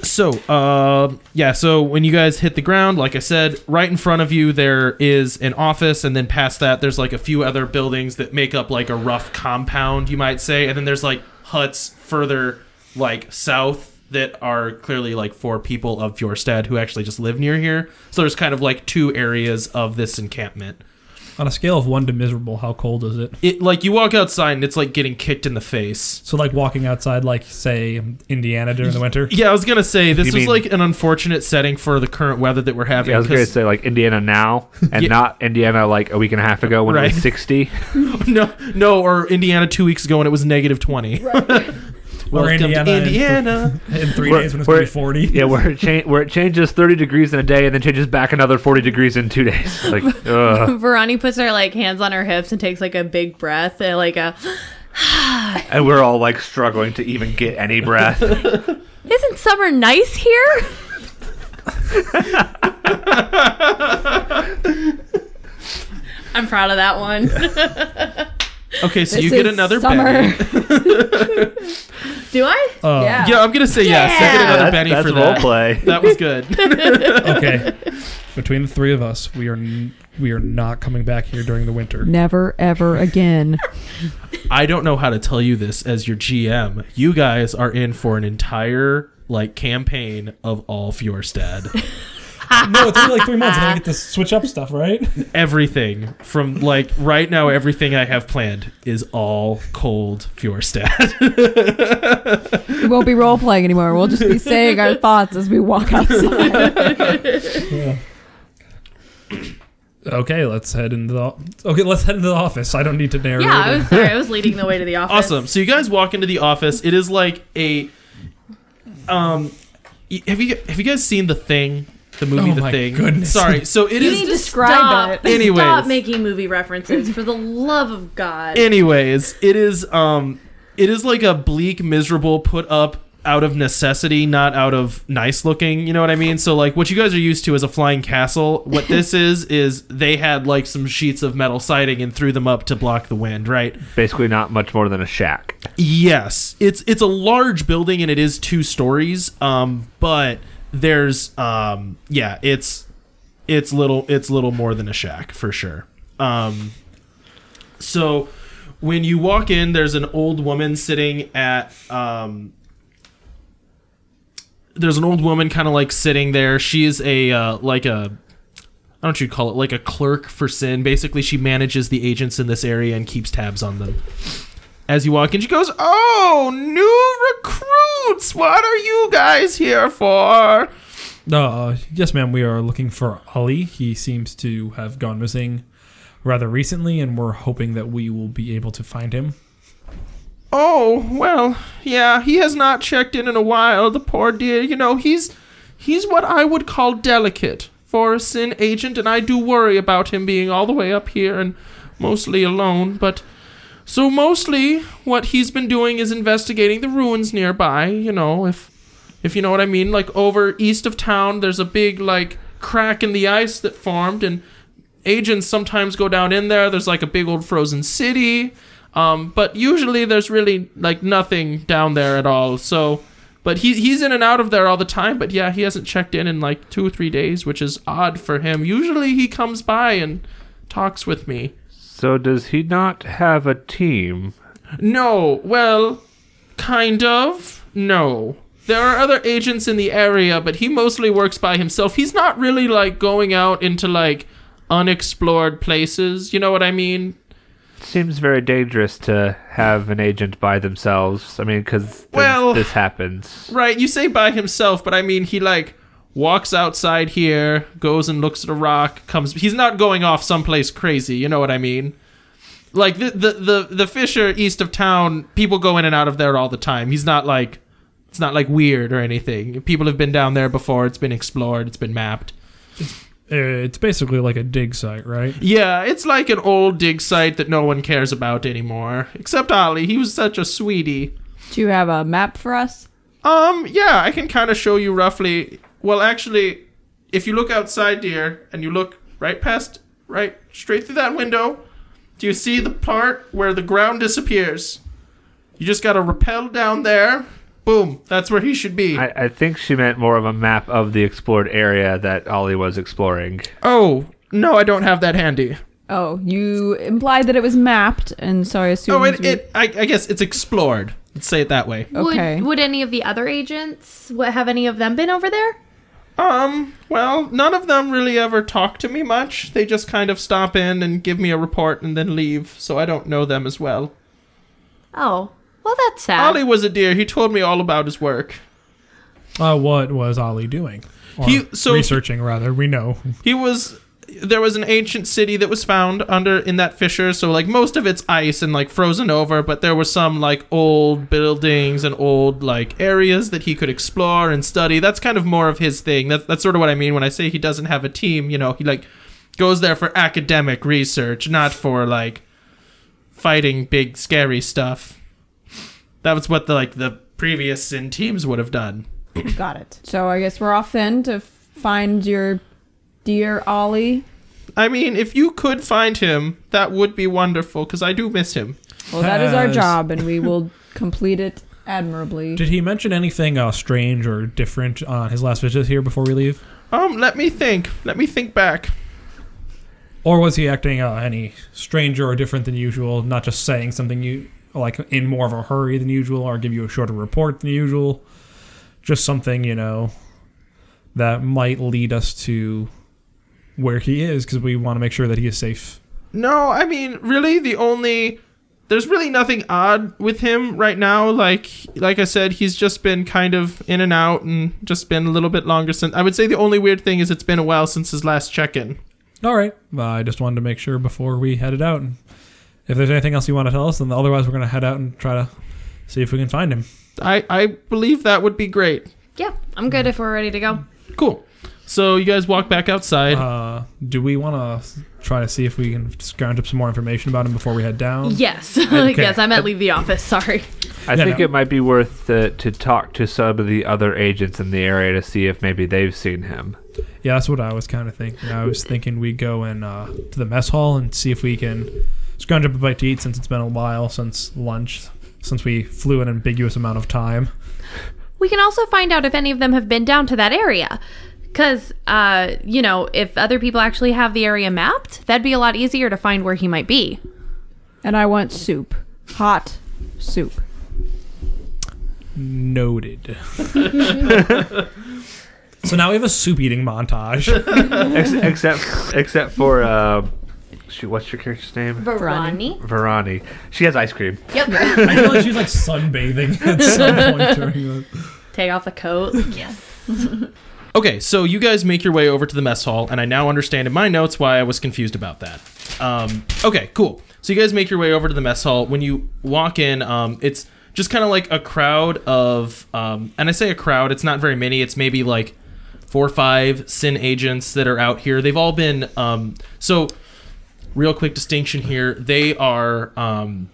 S1: So, uh, yeah, so when you guys hit the ground, like I said, right in front of you there is an office, and then past that there's like a few other buildings that make up like a rough compound, you might say, and then there's like huts further like south that are clearly like for people of Fjorstad who actually just live near here. So there's kind of like two areas of this encampment.
S3: On a scale of one to miserable, how cold is it?
S1: It like you walk outside and it's like getting kicked in the face.
S3: So like walking outside, like say Indiana during the winter.
S1: Yeah, I was gonna say this
S4: You
S1: was
S4: mean-
S1: like an unfortunate setting for the current weather that we're having.
S4: Yeah, I was gonna
S1: 'cause-
S4: say like Indiana now, and
S1: Yeah.
S4: not Indiana like a week and a half ago when it
S1: Right.
S4: was sixty.
S1: No, no, or Indiana two weeks ago and it was negative twenty.
S3: Or
S1: Welcome
S3: Indiana
S1: to
S3: in-
S1: Indiana.
S3: In three
S4: Where-
S3: days when it's gonna
S4: where-
S3: be forty.
S4: Yeah, where it cha- where it changes thirty degrees in a day and then changes back another forty degrees in two days. Like, ugh.
S7: Verani puts her like hands on her hips and takes like a big breath and like a
S4: and we're all like struggling to even get any breath.
S7: Isn't summer nice here? I'm proud of that one.
S1: Okay, so
S5: This
S1: you get
S5: is
S1: another
S5: summer.
S1: Benny.
S7: Do I?
S3: Um,
S5: Yeah.
S1: Yeah, I'm gonna say yes. I get
S7: Yeah,
S1: another
S4: that's
S1: Benny
S4: that's
S1: for
S4: role
S1: that.
S4: play.
S1: That was good.
S3: okay. Between the three of us, we are n- we are not coming back here during the winter.
S5: Never ever again.
S1: I don't know how to tell you this as your GM. You guys are in for an entire like campaign of all Fjorstad.
S3: no, it's only like three months, and I get to switch up stuff, right?
S1: everything from like right now, everything I have planned is all cold Fjorstad.
S5: we won't be role playing anymore. We'll just be saying our thoughts as we walk outside.
S3: Okay, let's head into the okay. Let's head into the office. I don't need to narrate.
S7: Yeah, I
S3: it.
S7: was sorry. I was leading the way to the office.
S1: Awesome. So you guys walk into the office. It is like a um y- have you have you guys seen the thing? The movie
S3: Oh
S1: The
S3: my
S1: Thing.
S3: goodness.
S1: Sorry. So it
S7: You
S1: is.
S7: need to
S5: describe it.
S7: stop.
S1: Anyways.
S7: Stop making movie references for the love of God.
S1: anyways, it is um it is like a bleak, miserable put up out of necessity, not out of nice looking, you know what I mean? So like what you guys are used to is a flying castle. What this is is they had like some sheets of metal siding and threw them up to block the wind, right?
S4: Basically, not much more than a shack.
S1: Yes, it's it's a large building and it is two stories. Um, but there's um, yeah, it's it's little it's little more than a shack for sure. Um, so when you walk in, there's an old woman sitting at um. There's an old woman kind of like sitting there. She is a uh, like a I don't know what you call it like a clerk for sin. Basically, she manages the agents in this area and keeps tabs on them as you walk in, she goes, "Oh, new recruits! What are you guys here for?"
S3: Uh, yes, ma'am. We are looking for Ali. He seems to have gone missing rather recently, and we're hoping that we will be able to find him.
S1: Oh, well, yeah, he has not checked in in a while. The poor dear, you know, he's he's what I would call delicate for a sin agent, and I do worry about him being all the way up here and mostly alone. But so mostly, what he's been doing is investigating the ruins nearby. You know, if if you know what I mean, like over east of town, there's a big like crack in the ice that formed, and agents sometimes go down in there. There's like a big old frozen city. Um, but usually there's really like nothing down there at all. So, but he he's in and out of there all the time. But yeah, he hasn't checked in in like two or three days, which is odd for him. Usually he comes by and talks with me.
S4: So does he not have a team?
S1: No, well, kind of. No. There are other agents in the area, but he mostly works by himself. He's not really like going out into like unexplored places. You know what I mean?
S4: Seems very dangerous to have an agent by themselves. I mean, because
S1: Well-
S4: this happens.
S1: Right, you say by himself, but I mean he like walks outside here, goes and looks at a rock, comes he's not going off someplace crazy, you know what I mean? Like the the the, the Fisher east of town, people go in and out of there all the time. He's not like it's not like weird or anything. People have been down there before, it's been explored, it's been mapped.
S3: It's basically like a dig site, right?
S1: Yeah, it's like an old dig site that no one cares about anymore. Except Ollie, he was such a sweetie.
S5: Do you have a map for us?
S1: Um, yeah, I can kind of show you roughly. Well, actually, if you look outside, dear, and you look right past, right straight through that window, do you see the part where the ground disappears? You just gotta rappel down there. Boom, that's where he should be.
S4: I, I think she meant more of a map of the explored area that Ollie was exploring.
S1: oh, no, I don't have that handy.
S5: Oh, you implied that it was mapped, and so I assumed.
S1: Oh, it,
S5: we-
S1: it I, I guess it's explored. Let's say it that way.
S5: Okay.
S7: Would, would any of the other agents, what, have any of them been over there?
S1: Um, well, none of them really ever talk to me much. They just kind of stop in and give me a report and then leave, so I don't know them as well.
S7: Oh, well, that's sad.
S1: Ollie was a dear. He told me all about his work.
S3: Uh, what was Ollie doing? Or
S1: He- so-
S3: researching rather. We know.
S1: He was there was an ancient city that was found under in that fissure, so like most of it's ice and like frozen over, but there were some like old buildings and old like areas that he could explore and study. That's kind of more of his thing. That's that's sort of what I mean when I say he doesn't have a team, you know, he like goes there for academic research, not for like fighting big scary stuff. That was what the like the previous sin teams would have done.
S5: Got it. So I guess we're off then to find your dear Ollie.
S1: I mean, if you could find him, that would be wonderful because I do miss him.
S5: Well, that is our
S3: Yes.
S5: job, and we will complete it admirably.
S3: Did he mention anything uh, strange or different on his last visit here before we leave?
S1: Um, let me think. Let me think back.
S3: Or was he acting uh, any stranger or different than usual, not just saying something you like in more of a hurry than usual or give you a shorter report than usual? Just something, you know, that might lead us to where he is because we want to make sure that he is safe.
S1: No, I mean, really, the only there's really nothing odd with him right now. Like, like I said, he's just been kind of in and out, and just been a little bit longer since. I would say the only weird thing is it's been a while since his last check-in.
S3: All right. Uh, I just wanted to make sure before we headed out. And if there's anything else you want to tell us, then otherwise we're going to head out and try to see if we can find him.
S1: I I believe that would be great.
S7: yeah, I'm good if we're ready to go.
S1: Cool. So you guys walk back outside.
S3: Uh, do we want to try to see if we can scrounge up some more information about him before we head down?
S7: Yes.
S3: Okay.
S7: yes, I meant leave the office. Sorry.
S4: I
S3: No,
S4: think
S3: no.
S4: it might be worth uh, to talk to some of the other agents in the area to see if maybe they've seen him.
S3: Yeah, that's what I was kind of thinking. I was thinking we go and uh, to the mess hall and see if we can scrounge up a bite to eat since it's been a while since lunch, since we flew an ambiguous amount of time.
S7: We can also find out if any of them have been down to that area. Because, uh, you know, if other people actually have the area mapped, that'd be a lot easier to find where he might be.
S5: and I want soup, hot soup.
S3: Noted. so now we have a soup eating montage.
S4: Ex- except, except for uh, shoot, what's your character's name?
S5: Verani.
S4: Verani. She has ice cream.
S7: Yep.
S3: I feel like she's like sunbathing at some point during the.
S7: Take off the coat.
S1: Okay, so you guys make your way over to the mess hall, and I now understand in my notes why I was confused about that. Um, okay, cool. So you guys make your way over to the mess hall. When you walk in, um, it's just kind of like a crowd of, um, and I say a crowd, it's not very many. It's maybe like four or five sin agents that are out here. They've all been, um, so real quick distinction here. They are, um,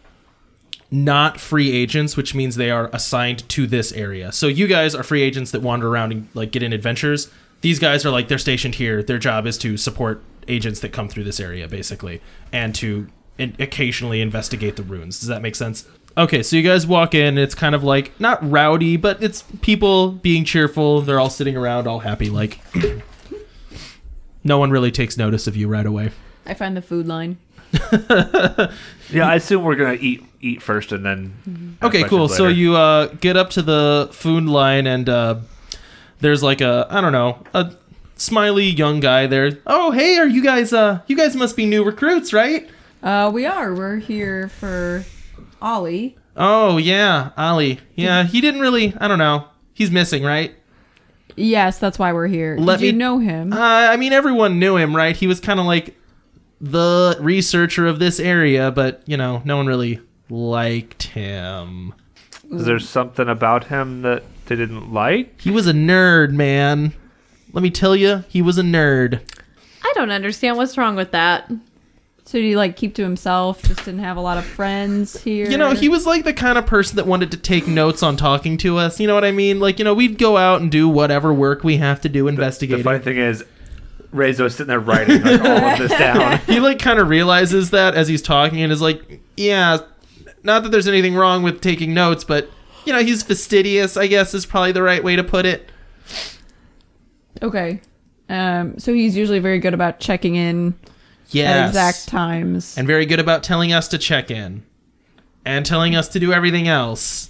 S1: not free agents, which means they are assigned to this area. So you guys are free agents that wander around and like get in adventures. These guys are like they're stationed here. Their job is to support agents that come through this area, basically, and to in- occasionally investigate the ruins. Does that make sense? Okay, so you guys walk in. It's kind of like not rowdy, but it's people being cheerful. They're all sitting around, all happy. Like no one really takes notice of you right away.
S5: I find the food line.
S4: Yeah, I assume we're gonna eat eat first and then. have
S1: Okay,
S4: questions
S1: cool. So
S4: later.
S1: you uh, get up to the food line, and uh, there's like a I don't know a smiley young guy there. Oh, hey, are you guys? Uh, you guys must be new recruits, right?
S5: Uh, we are. We're here for Ollie.
S1: Oh yeah, Ali. Yeah, he didn't really. I don't know. He's missing, right?
S5: Yes, that's why we're here.
S1: Let
S5: Did you
S1: me-
S5: know him?
S1: Uh, I mean, everyone knew him, right? He was kind of like the researcher of this area, but you know, no one really liked him.
S4: is there something about him that they didn't like?
S1: He was a nerd, man. Let me tell you, he was a nerd.
S7: I don't understand what's wrong with that.
S5: so did he like keep to himself? Just didn't have a lot of friends here.
S1: You know, he was like the kind of person that wanted to take notes on talking to us. You know what I mean? Like, you know, we'd go out and do whatever work we have to do
S4: The
S1: investigating.
S4: funny thing is, Rezo's sitting there writing like, all of this down.
S1: he like kind of realizes that as he's talking and is like, yeah, not that there's anything wrong with taking notes, but you know, he's fastidious, I guess is probably the right way to put it.
S5: Okay. Um, so he's usually very good about checking in at
S1: Yes.
S5: exact times.
S1: And very good about telling us to check in and telling us to do everything else.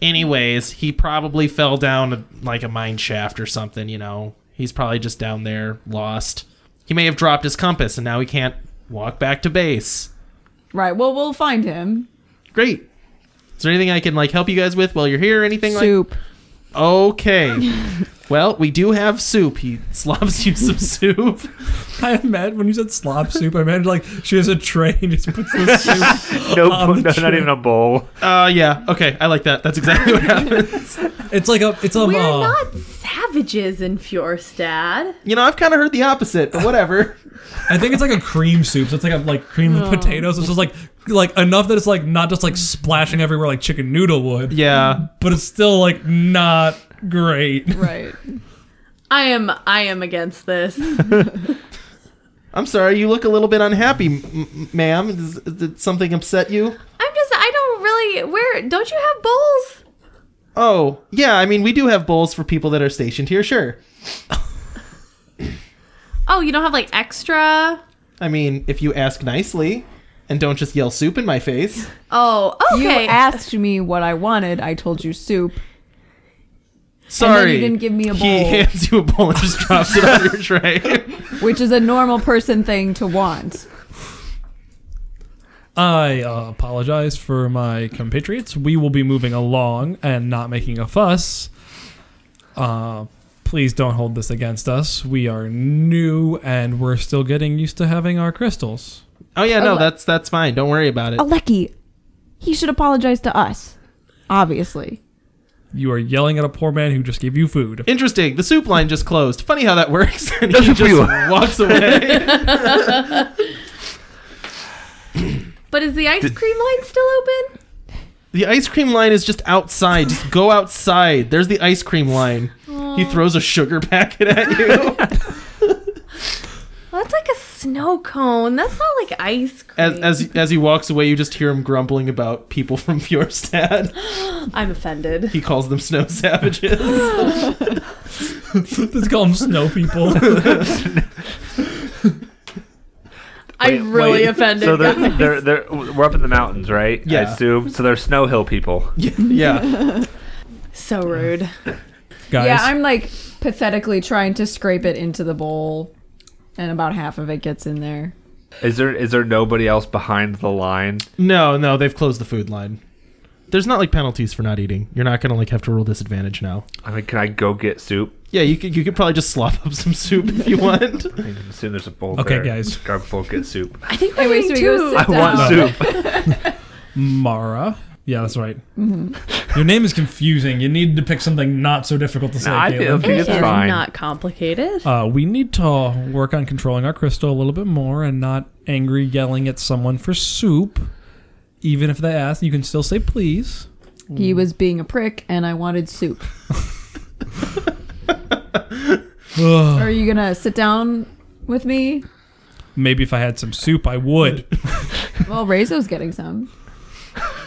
S1: Anyways, he probably fell down a, like a mine shaft or something, you know. He's probably just down there, lost. He may have dropped his compass and now he can't walk back to base.
S5: right. Well, we'll find him.
S1: Great. Is there anything I can like help you guys with while you're here? Anything like
S5: Soup.
S1: Okay. well, we do have soup. He slobs you some soup.
S3: I imagine when you said slop soup, I imagine like she has a tray and just puts the soup.
S4: No,
S3: On
S4: no
S3: the
S4: not
S3: tray.
S4: even a bowl.
S1: Uh yeah. Okay, I like that. That's exactly what happened.
S3: It's like a it's a
S7: We're
S3: uh,
S7: not savages in Fjorstad.
S1: You know, I've kind of heard the opposite, but whatever.
S3: I think it's like a cream soup. So it's like a like cream with potatoes. It's just like like enough that it's like not just like splashing everywhere like chicken noodle would,
S1: Yeah.
S3: but it's still like not great.
S5: Right.
S7: I am I am against this.
S1: I'm sorry, you look a little bit unhappy, m- m- ma'am. Is, did something upset you?
S7: I'm just I don't really where don't you have bowls?
S1: Oh, yeah, I mean, we do have bowls for people that are stationed here, sure.
S7: Oh, you don't have like extra.
S1: I mean, if you ask nicely and don't just yell soup in my face.
S7: Oh, okay.
S5: You asked me what I wanted. I told you soup.
S1: Sorry.
S5: you didn't give me a
S1: He
S5: bowl.
S1: hands you a bowl and just drops it on your tray.
S5: which is a normal person thing to want.
S3: I uh, apologize for my compatriots. We will be moving along and not making a fuss. Uh, please don't hold this against us. We are new and we're still getting used to having our crystals.
S1: Oh, yeah, no, that's that's fine. Don't worry about it.
S5: Alecki, he should apologize to us. Obviously.
S3: You are yelling at a poor man who just gave you food.
S1: Interesting. The soup line just closed. Funny how that works. And he just walks away.
S7: but is the ice cream line still open?
S1: the ice cream line is just outside. Just go outside. There's the ice cream line. He throws a sugar packet at you.
S7: Well, that's like a snow cone. That's not like ice cream.
S1: As, as as he walks away, you just hear him grumbling about people from Fjordstad.
S7: I'm offended.
S1: He calls them snow savages.
S3: Let's call them snow people.
S7: I'm really
S4: Wait,
S7: offended.
S4: So they're,
S7: guys.
S4: they're, they're, we're up in the mountains, right? I
S1: Yeah.
S4: assume. So they're snow hill people.
S1: yeah.
S7: so rude.
S3: Guys,
S5: Yeah, I'm like pathetically trying to scrape it into the bowl, and about half of it gets in there.
S4: Is there is there nobody else behind the line?
S1: No, no, they've closed the food line. There's not like penalties for not eating. You're not gonna like have to roll disadvantage now.
S4: I mean, can I go get soup?
S1: Yeah, you could you could probably just slop up some soup if you want.
S4: I mean, I assume there's a bowl.
S3: Okay,
S4: there.
S3: guys.
S4: Grab a bowl, get soup.
S7: I think
S5: Anyway,
S7: we're
S5: so
S7: so
S5: we go
S4: I
S5: sit-
S4: want
S3: No.
S4: soup.
S3: Mara. Yeah, that's right. Your name is confusing. You need to pick something not so difficult to say.
S4: No, I
S3: Caleb.
S4: think it's fine.
S7: not complicated.
S3: Uh, we need to work on controlling our crystal a little bit more and not angry yelling at someone for soup. Even if they ask, you can still say please.
S5: He was being a prick, and I wanted soup.
S3: Ugh.
S5: Are you gonna sit down with me?
S3: Maybe if I had some soup, I would.
S5: Well, Rezo's getting some.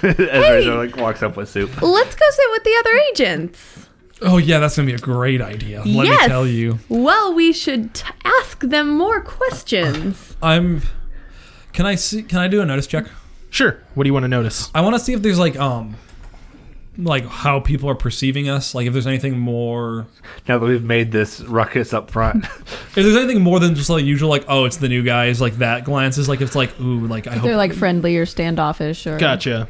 S4: As Rezo like walks up with soup.
S7: Let's go sit with the other agents.
S3: Oh yeah, that's gonna be a great idea. Let
S7: Yes.
S3: me tell you,
S7: Well, we should t- ask them more questions.
S3: I'm. Can I see? Can I do a notice check?
S1: Sure. What do you want to notice?
S3: I want to see if there's like um, like how people are perceiving us. Like if there's anything more,
S4: Now that we've made this ruckus up front,
S3: if there's anything more than just like usual, like oh, it's the new guys, like that glances. Like it's like ooh, like I
S5: They're
S3: hope.
S5: like friendly or standoffish or
S1: Gotcha.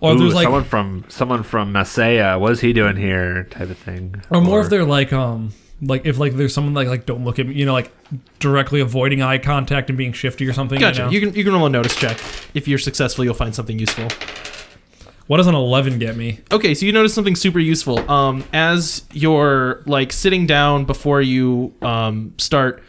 S3: Or if
S4: Ooh,
S3: there's like,
S4: someone from someone from Masaya, what is he doing here? Type of thing.
S3: or more if they're like um, like if like there's someone like like don't look at me, you know, like directly avoiding eye contact and being shifty or something.
S1: Gotcha.
S3: You know?
S1: You can you can roll a notice check. If you're successful, you'll find something useful.
S3: what does an eleven get me?
S1: Okay, so you notice something super useful. Um, as you're like sitting down before you um, start,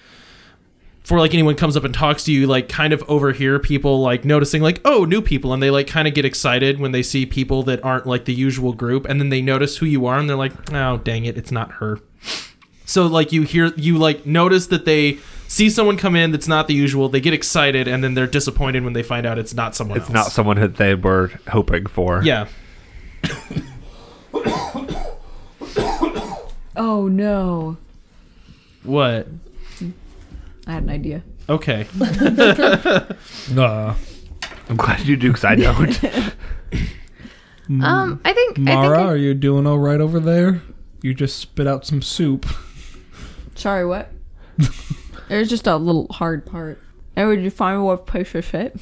S1: before like anyone comes up and talks to you, like kind of overhear people like noticing like oh new people, and they like kind of get excited when they see people that aren't like the usual group, and then they notice who you are, and they're like oh dang it, it's not her. So like you hear you like notice that they see someone come in that's not the usual. They get excited, and then they're disappointed when they find out it's not someone
S4: It's
S1: else.
S4: not someone that they were hoping for.
S1: yeah.
S5: Oh no.
S1: What?
S5: I had an idea.
S1: Okay.
S3: Uh,
S4: I'm glad you do because I don't.
S7: Um, I think I
S3: Mm. Mara,
S7: think
S3: are you doing all right over there? You just spit out some soup.
S5: Sorry, what? it was just a little hard part. And would you find what place of shit?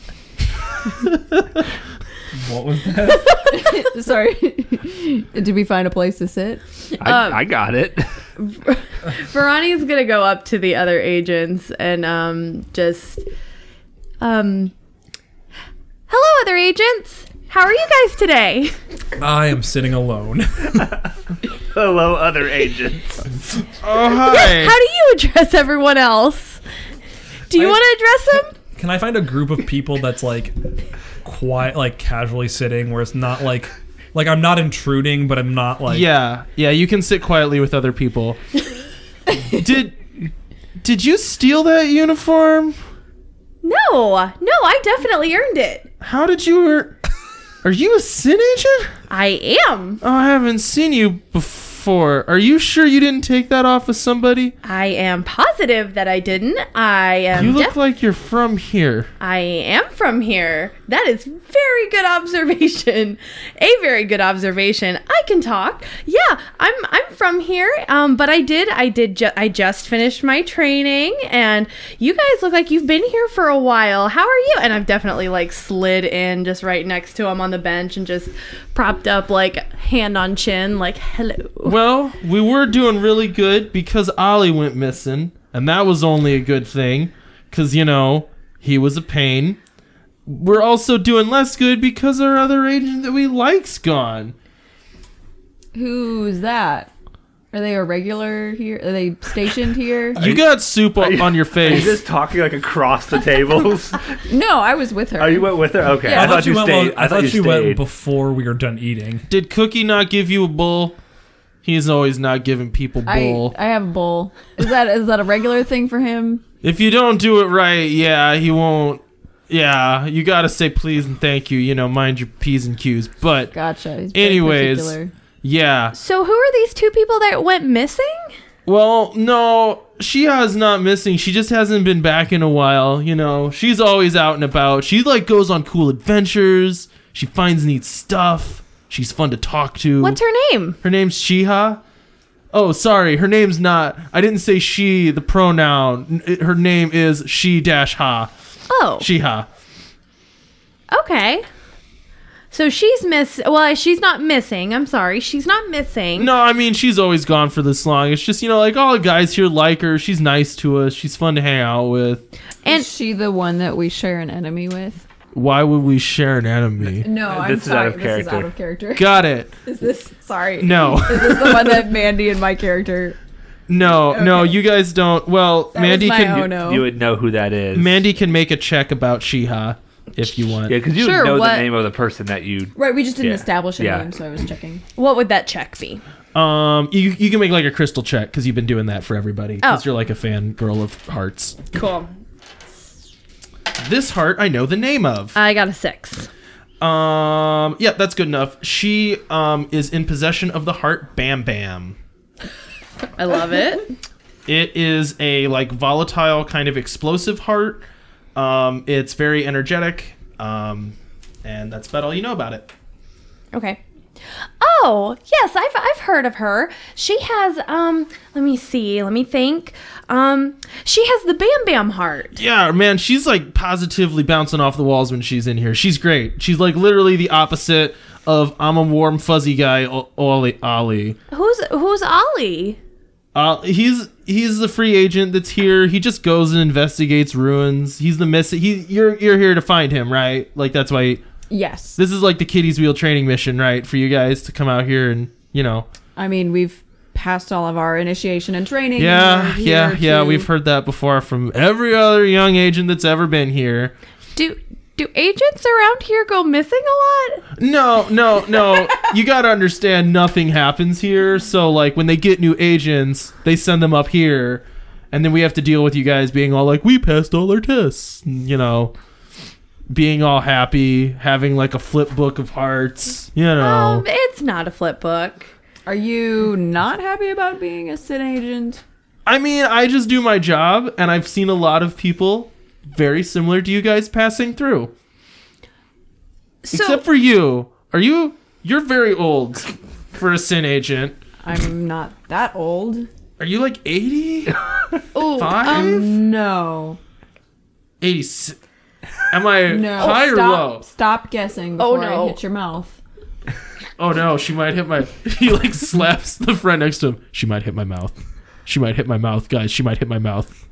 S3: What was that?
S5: Sorry. Did we find a place to sit?
S4: I, I got it.
S7: Veroni's gonna go up to the other agents and um, just um, hello, other agents. How are you guys today?
S3: I am sitting alone.
S4: Hello, other agents.
S1: Oh hi.
S7: How do you address everyone else? Do you
S3: I-
S7: want to address them?
S3: Can I find a group of people that's like quiet, like casually sitting, where it's not like, like I'm not intruding, but I'm not like.
S1: Yeah, yeah, you can sit quietly with other people. did did you steal that uniform?
S7: No, no, I definitely earned it.
S1: How did you er- Are you a sin agent?
S7: I am.
S1: Oh, I haven't seen you before. Are you sure you didn't take that off of somebody?
S7: I am positive that I didn't. I am.
S1: You look
S7: def-
S1: like you're from here.
S7: I am from here. That is very good observation. A very good observation. I can talk. Yeah, I'm I'm from here. Um, but I did I did ju- I just finished my training, and you guys look like you've been here for a while. How are you? And I've definitely like slid in just right next to him on the bench and just propped up like hand on chin, like hello.
S1: Well, we were doing really good because Ollie went missing, and that was only a good thing, because, you know, he was a pain. We're also doing less good because our other agent that we like's gone.
S5: Who's that? Are they a regular here? Are they stationed here?
S1: You got soup up on your
S4: Are you
S1: face.
S4: just talking like across the tables?
S5: no, I was with her.
S4: oh, you went with her? Okay.
S5: Yeah.
S4: I, thought you
S3: went.
S4: stayed.
S3: while- I, thought you went before we were done eating.
S1: Did Cookie not give you a bowl? He's always not giving people
S5: I,
S1: bowl.
S5: I have a bowl. Is that is that a regular thing for him?
S1: if you don't do it right, yeah, he won't. Yeah, you gotta say please and thank you. You know, mind your p's and q's. But
S5: Gotcha. He's very
S1: Anyways.
S5: particular.
S1: yeah,
S7: So who are these two people that went missing?
S1: well, no, she has not missing. She just hasn't been back in a while. You know, she's always out and about. She like goes on cool adventures. She finds neat stuff. She's fun to talk to.
S7: What's her name?
S1: Her name's Shiha. Oh, sorry. Her name's not. I didn't say she, the pronoun. N- Her name is she dash ha.
S7: Oh.
S1: Shiha.
S7: Okay. So she's miss. Well, she's not missing. I'm sorry, she's not missing.
S1: No, I mean, she's always gone for this long. It's just, you know, like all the guys here like her. She's nice to us. She's fun to hang out with.
S7: And
S5: Is she the one that we share an enemy with?
S1: Why would we share an enemy?
S5: No,
S4: I'm This is out sorry. of This is out character.
S5: of character.
S1: Got it.
S5: Is this sorry?
S1: No.
S5: Is this the one that Mandy and my character?
S1: No, no,
S5: Okay.
S1: you guys don't. Well,
S5: That
S1: Mandy
S5: was my
S1: can
S5: oh no.
S4: You would know who that is.
S1: Mandy can make a check about Shiha if you want.
S4: Yeah, because you
S7: Sure,
S4: would know
S7: what-
S4: the name of the person that you.
S5: right, we just didn't
S4: Yeah.
S5: establish a
S4: Yeah.
S5: name, so I was checking.
S7: what would that check be?
S1: Um, you, you can make like a crystal check because you've been doing that for everybody. Because
S7: Oh.
S1: you're like a fan girl of hearts.
S7: Cool.
S1: This heart I know the name of.
S7: I got a six.
S1: Um, yeah, that's good enough. She um is in possession of the heart Bam Bam.
S7: I love it.
S1: It is a like volatile kind of explosive heart. Um, it's very energetic, um, and that's about all you know about it.
S7: Okay. Oh, yes, I've I've heard of her. She has um let me see, let me think. Um she has the Bam Bam heart.
S1: Yeah, man, she's like positively bouncing off the walls when she's in here. She's great. She's like literally the opposite of I'm a warm fuzzy guy, O- Ollie. Ollie.
S7: Who's who's Ollie?
S1: Uh, he's he's the free agent that's here. He just goes and investigates ruins. He's the miss. He you're you're here to find him, right? Like that's why.
S5: Yes.
S1: This is like the kiddies wheel training mission, right? For you guys to come out here and you know.
S5: I mean, we've passed all of our initiation and training. and
S1: Yeah,
S5: we're here
S1: yeah, yeah.
S5: to-
S1: We've heard that before from every other young agent that's ever been here.
S7: Do do agents around here go missing a lot?
S1: No, no, no. you gotta understand, nothing happens here. So like when they get new agents, they send them up here, and then we have to deal with you guys being all like, we passed all our tests, and, you know, being all happy, having like a flip book of hearts, you know.
S7: Um it's not a flip book.
S5: Are you not happy about being a sin agent?
S1: I mean, I just do my job, and I've seen a lot of people very similar to you guys passing through. Except for you, are you? You're very old for a sin agent.
S5: I'm not that old. Um,
S1: Are you like 80?
S7: Ooh,
S1: Five?
S5: No.
S1: 86. Am I
S5: No.
S1: high or
S5: Oh, stop,
S1: low?
S5: stop guessing before
S7: Oh, no.
S5: I hit your mouth.
S1: Oh no, she might hit my. He like slaps the friend next to him. She might hit my mouth. She might hit my mouth, guys. She might hit my mouth.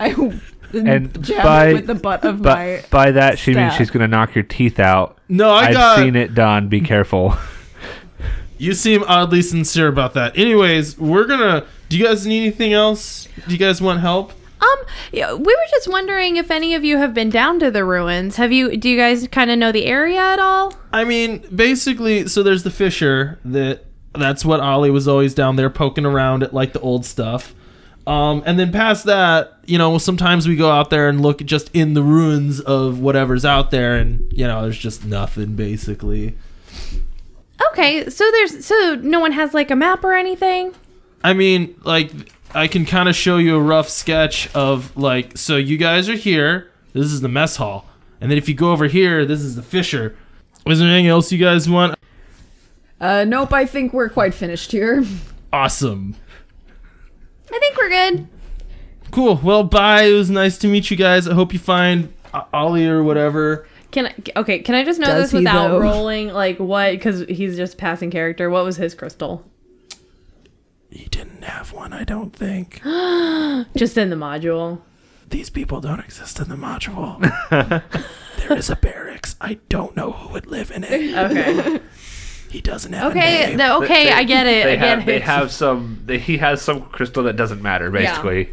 S5: I
S4: And
S5: jab
S4: by-
S5: it Mm, with the butt of my.
S4: But by that she means
S5: stab.
S4: she's gonna knock your teeth out.
S1: No, I
S4: have
S1: got.
S4: seen it done. Be careful.
S1: You seem oddly sincere about that. Anyways, we're gonna. Do you guys need anything else? Do you guys want help?
S7: Um, yeah, we were just wondering if any of you have been down to the ruins. Have you? Do you guys kind of know the area at all?
S1: I mean, basically, so there's the Fisher that that's what Ollie was always down there poking around at like the old stuff. Um, and then past that, you know, sometimes we go out there and look just in the ruins of whatever's out there, and you know, there's just nothing basically.
S7: Okay, so there's so no one has like a map or anything.
S1: I mean, like I can kind of show you a rough sketch of like so you guys are here. This is the mess hall, and then if you go over here, this is the Fisher. Is there anything else you guys want?
S5: Uh, nope, I think we're quite finished here.
S1: Awesome.
S7: I think we're good.
S1: Cool. Well, bye. It was nice to meet you guys. I hope you find O- Ollie or whatever.
S7: Can I, okay? Can I just know
S5: Does
S7: this
S5: he,
S7: without
S5: though?
S7: rolling? Like what? Because he's just passing character. What was his crystal?
S1: He didn't have one, I don't think.
S7: Just in the module.
S1: These people don't exist in the module. there is a barracks. I don't know who would live in it.
S7: Okay.
S1: He doesn't have
S7: Okay. The, okay. I get it.
S4: They
S7: I get
S4: have, they
S7: it.
S4: have some. They, he has some crystal that doesn't matter, basically.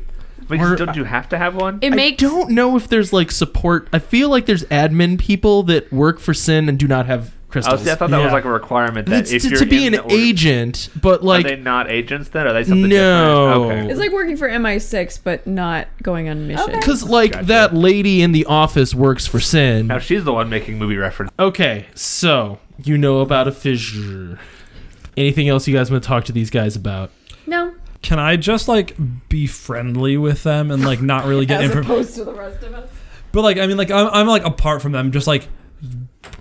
S4: But
S1: Or-
S4: don't you have to have one?
S7: it makes
S1: I don't know if there's like support. I feel like there's admin people that work for Sin and do not have
S4: Oh,
S1: crystals.
S4: see, I thought that
S3: Yeah.
S4: was like a requirement that
S1: it's
S4: if
S1: to,
S4: you're
S1: to be
S4: in
S1: an
S4: the org-
S1: agent, but
S4: are
S1: like
S4: they not agents then? Are they something
S1: No.
S4: different? Okay.
S5: It's like working for MI6, but not going on mission.
S1: because like
S4: Gotcha.
S1: that lady in the office works for Sin.
S4: Now she's the one making movie references.
S1: Okay, so you know about a fissure. Anything else you guys want to talk to these guys about?
S7: no.
S3: Can I just like be friendly with them and like not really get information?
S5: opposed to the rest of us.
S3: But like, I mean, like I'm, I'm like apart from them, just like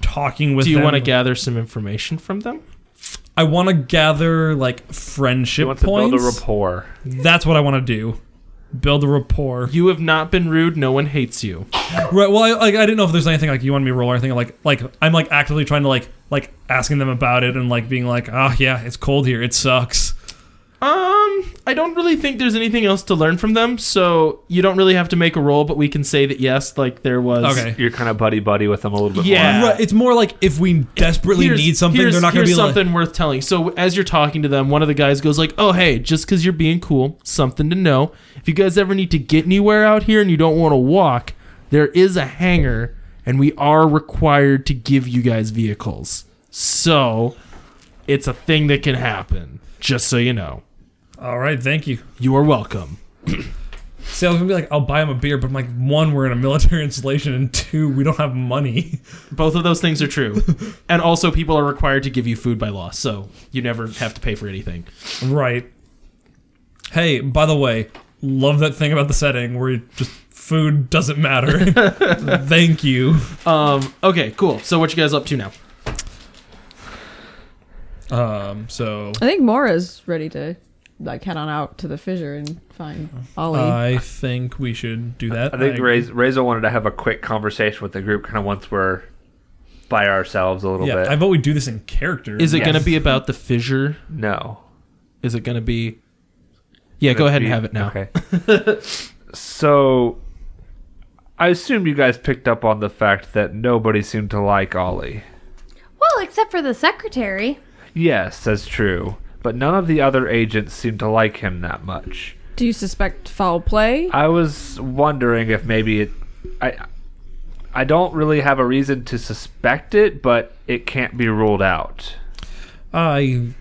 S3: talking with.
S1: Do you
S3: them.
S1: want to gather some information from them?
S3: I want to gather like
S4: She
S3: friendship
S4: wants
S3: points.
S4: to build a rapport.
S3: That's what I want to do. Build a rapport.
S1: You have not been rude. No one hates you.
S3: Right. Well, I, like I didn't know if there's anything like you want me to roll or anything. Like like I'm like actively trying to like like asking them about it and like being like, oh yeah, it's cold here. It sucks.
S1: Um, I don't really think there's anything else to learn from them, so you don't really have to make a roll. But we can say that yes, like there was.
S3: Okay.
S4: You're kind of buddy buddy with them a little bit
S1: Yeah.
S4: more.
S3: Right, it's more like if we desperately
S1: Here's-
S3: need something,
S1: here's-
S3: they're not going to
S1: here's
S3: be like.
S1: something worth telling. So as you're talking to them, one of the guys goes like, "Oh hey, just because you're being cool, something to know. If you guys ever need to get anywhere out here and you don't want to walk, there is a hangar, and we are required to give you guys vehicles. So it's a thing that can happen. Just so you know,
S3: All right, thank you.
S1: you are welcome.
S3: See, I was gonna be like, I'll buy him a beer, but I'm like, one, we're in a military installation, and two, we don't have money.
S1: Both of those things are true, and also people are required to give you food by law, so you never have to pay for anything.
S3: right. Hey, by the way, love that thing about the setting where you just Food doesn't matter. Thank you.
S1: Um, okay, cool. So what you guys up to now?
S3: Um, so
S5: I think Mora's ready to like head on out to the fissure and find Ollie.
S4: Uh,
S3: I think we should do that.
S4: I think
S3: agree.
S4: Raz- Razor wanted to have a quick conversation with the group, kind of once we're by ourselves a little
S3: Yeah,
S4: bit.
S3: I vote we do this in character.
S1: Is it
S4: Yes.
S1: gonna be about the fissure?
S4: no.
S1: Is it gonna be? Yeah, go ahead and have it now.
S4: Okay. so, I assume you guys picked up on the fact that nobody seemed to like Ollie.
S6: Well, except for the secretary.
S4: Yes, that's true. But none of the other agents seemed to like him that much.
S5: Do you suspect foul play?
S4: I was wondering if maybe it. I. I don't really have a reason to suspect it, but it can't be ruled out.
S3: I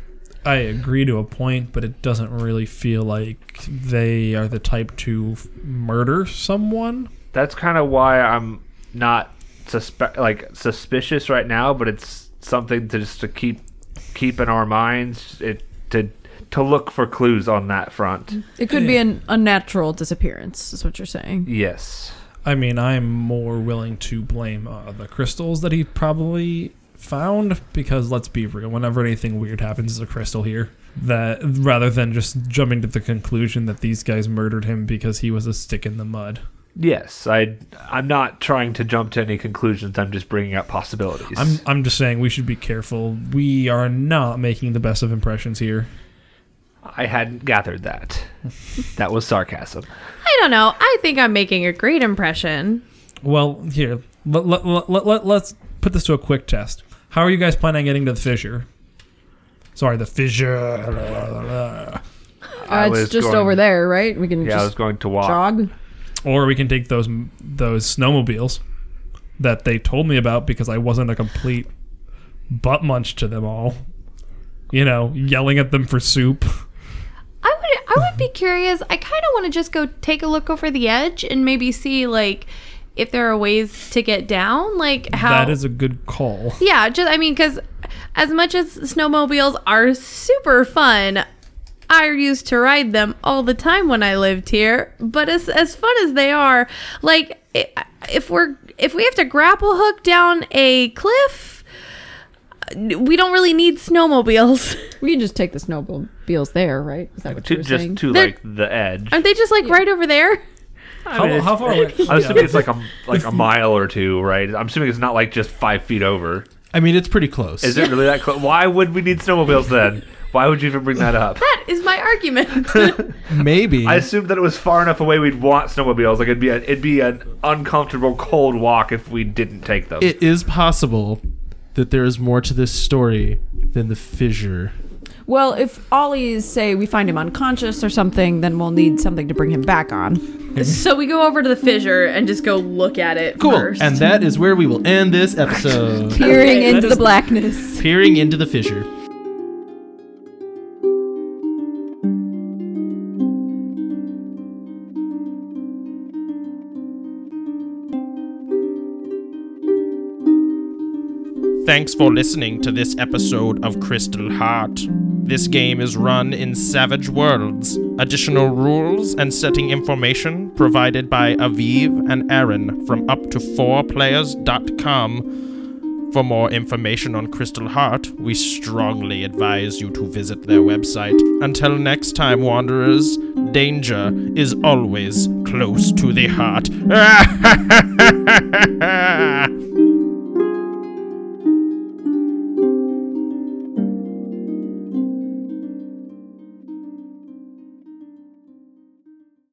S3: I agree to a point, but it doesn't really feel like they are the type to f- murder someone.
S4: That's kind of why I'm not suspect like suspicious right now, but it's something to just to keep keep in our minds it to to look for clues on that front.
S5: It could be an unnatural disappearance, is what you're saying.
S4: Yes.
S3: I mean, I'm more willing to blame uh, the crystals that he probably found because let's be real, whenever anything weird happens, there's a crystal here. That rather than just jumping to the conclusion that these guys murdered him because he was a stick in the mud.
S4: Yes, I I'm not trying to jump to any conclusions. I'm just bringing up possibilities.
S3: I'm I'm just saying we should be careful. We are not making the best of impressions here.
S4: I hadn't gathered that. that was sarcasm.
S7: I don't know. I think I'm making a great impression.
S3: Well, here, let, let, let, let, us put this to a quick test. How are you guys planning on getting to the fissure? Sorry, the fissure.
S4: I
S5: Uh,
S4: was
S5: it's just
S4: going-
S5: over there, right? We can
S4: Yeah, I was
S5: just
S4: going to walk.
S5: jog.
S3: Or we can take those those snowmobiles that they told me about because I wasn't a complete butt munch to them all. You know, yelling at them for soup.
S6: I would I would be curious. I kind of want to just go take a look over the edge and maybe see like if there are ways to get down, like how
S3: That is a good call.
S6: Yeah, just I mean, because as much as snowmobiles are super fun, I used to ride them all the time when I lived here. But as as fun as they are, like i- if we're if we have to grapple hook down a cliff, we don't really need snowmobiles.
S5: We can just take the snowmobiles there, right? Is that what
S4: To,
S5: you're
S4: just
S5: saying?
S4: to
S6: They're-
S4: like the edge.
S6: Aren't they just like right over there?
S4: I mean,
S3: How,
S4: it's-
S3: how far away?
S4: I'm assuming
S3: Yeah.
S4: it's like a like a mile or two, right? I'm assuming it's not like just five feet over.
S1: I mean, it's pretty close.
S4: Is it really that close? Why would we need snowmobiles then? Why would you even bring that up?
S6: That is my argument.
S1: Maybe.
S4: I assumed that it was far enough away we'd want snowmobiles. Like it'd be a, it'd be an uncomfortable cold walk if we didn't take them.
S1: it is possible that there is more to this story than the fissure.
S5: Well, if Ollie's say we find him unconscious or something, then we'll need something to bring him back on.
S7: So we go over to the fissure and just go look at it
S1: Cool.
S7: first.
S1: And that is where we will end this episode.
S5: Peering
S7: Okay.
S5: into the blackness.
S1: Peering into the fissure. Thanks for listening to this episode of Crystal Heart. This game is run in Savage Worlds. Additional rules and setting information provided by Aviv and Aaron from up4players.com. For more information on Crystal Heart, we strongly advise you to visit their website. Until next time, Wanderers, danger is always close to the heart.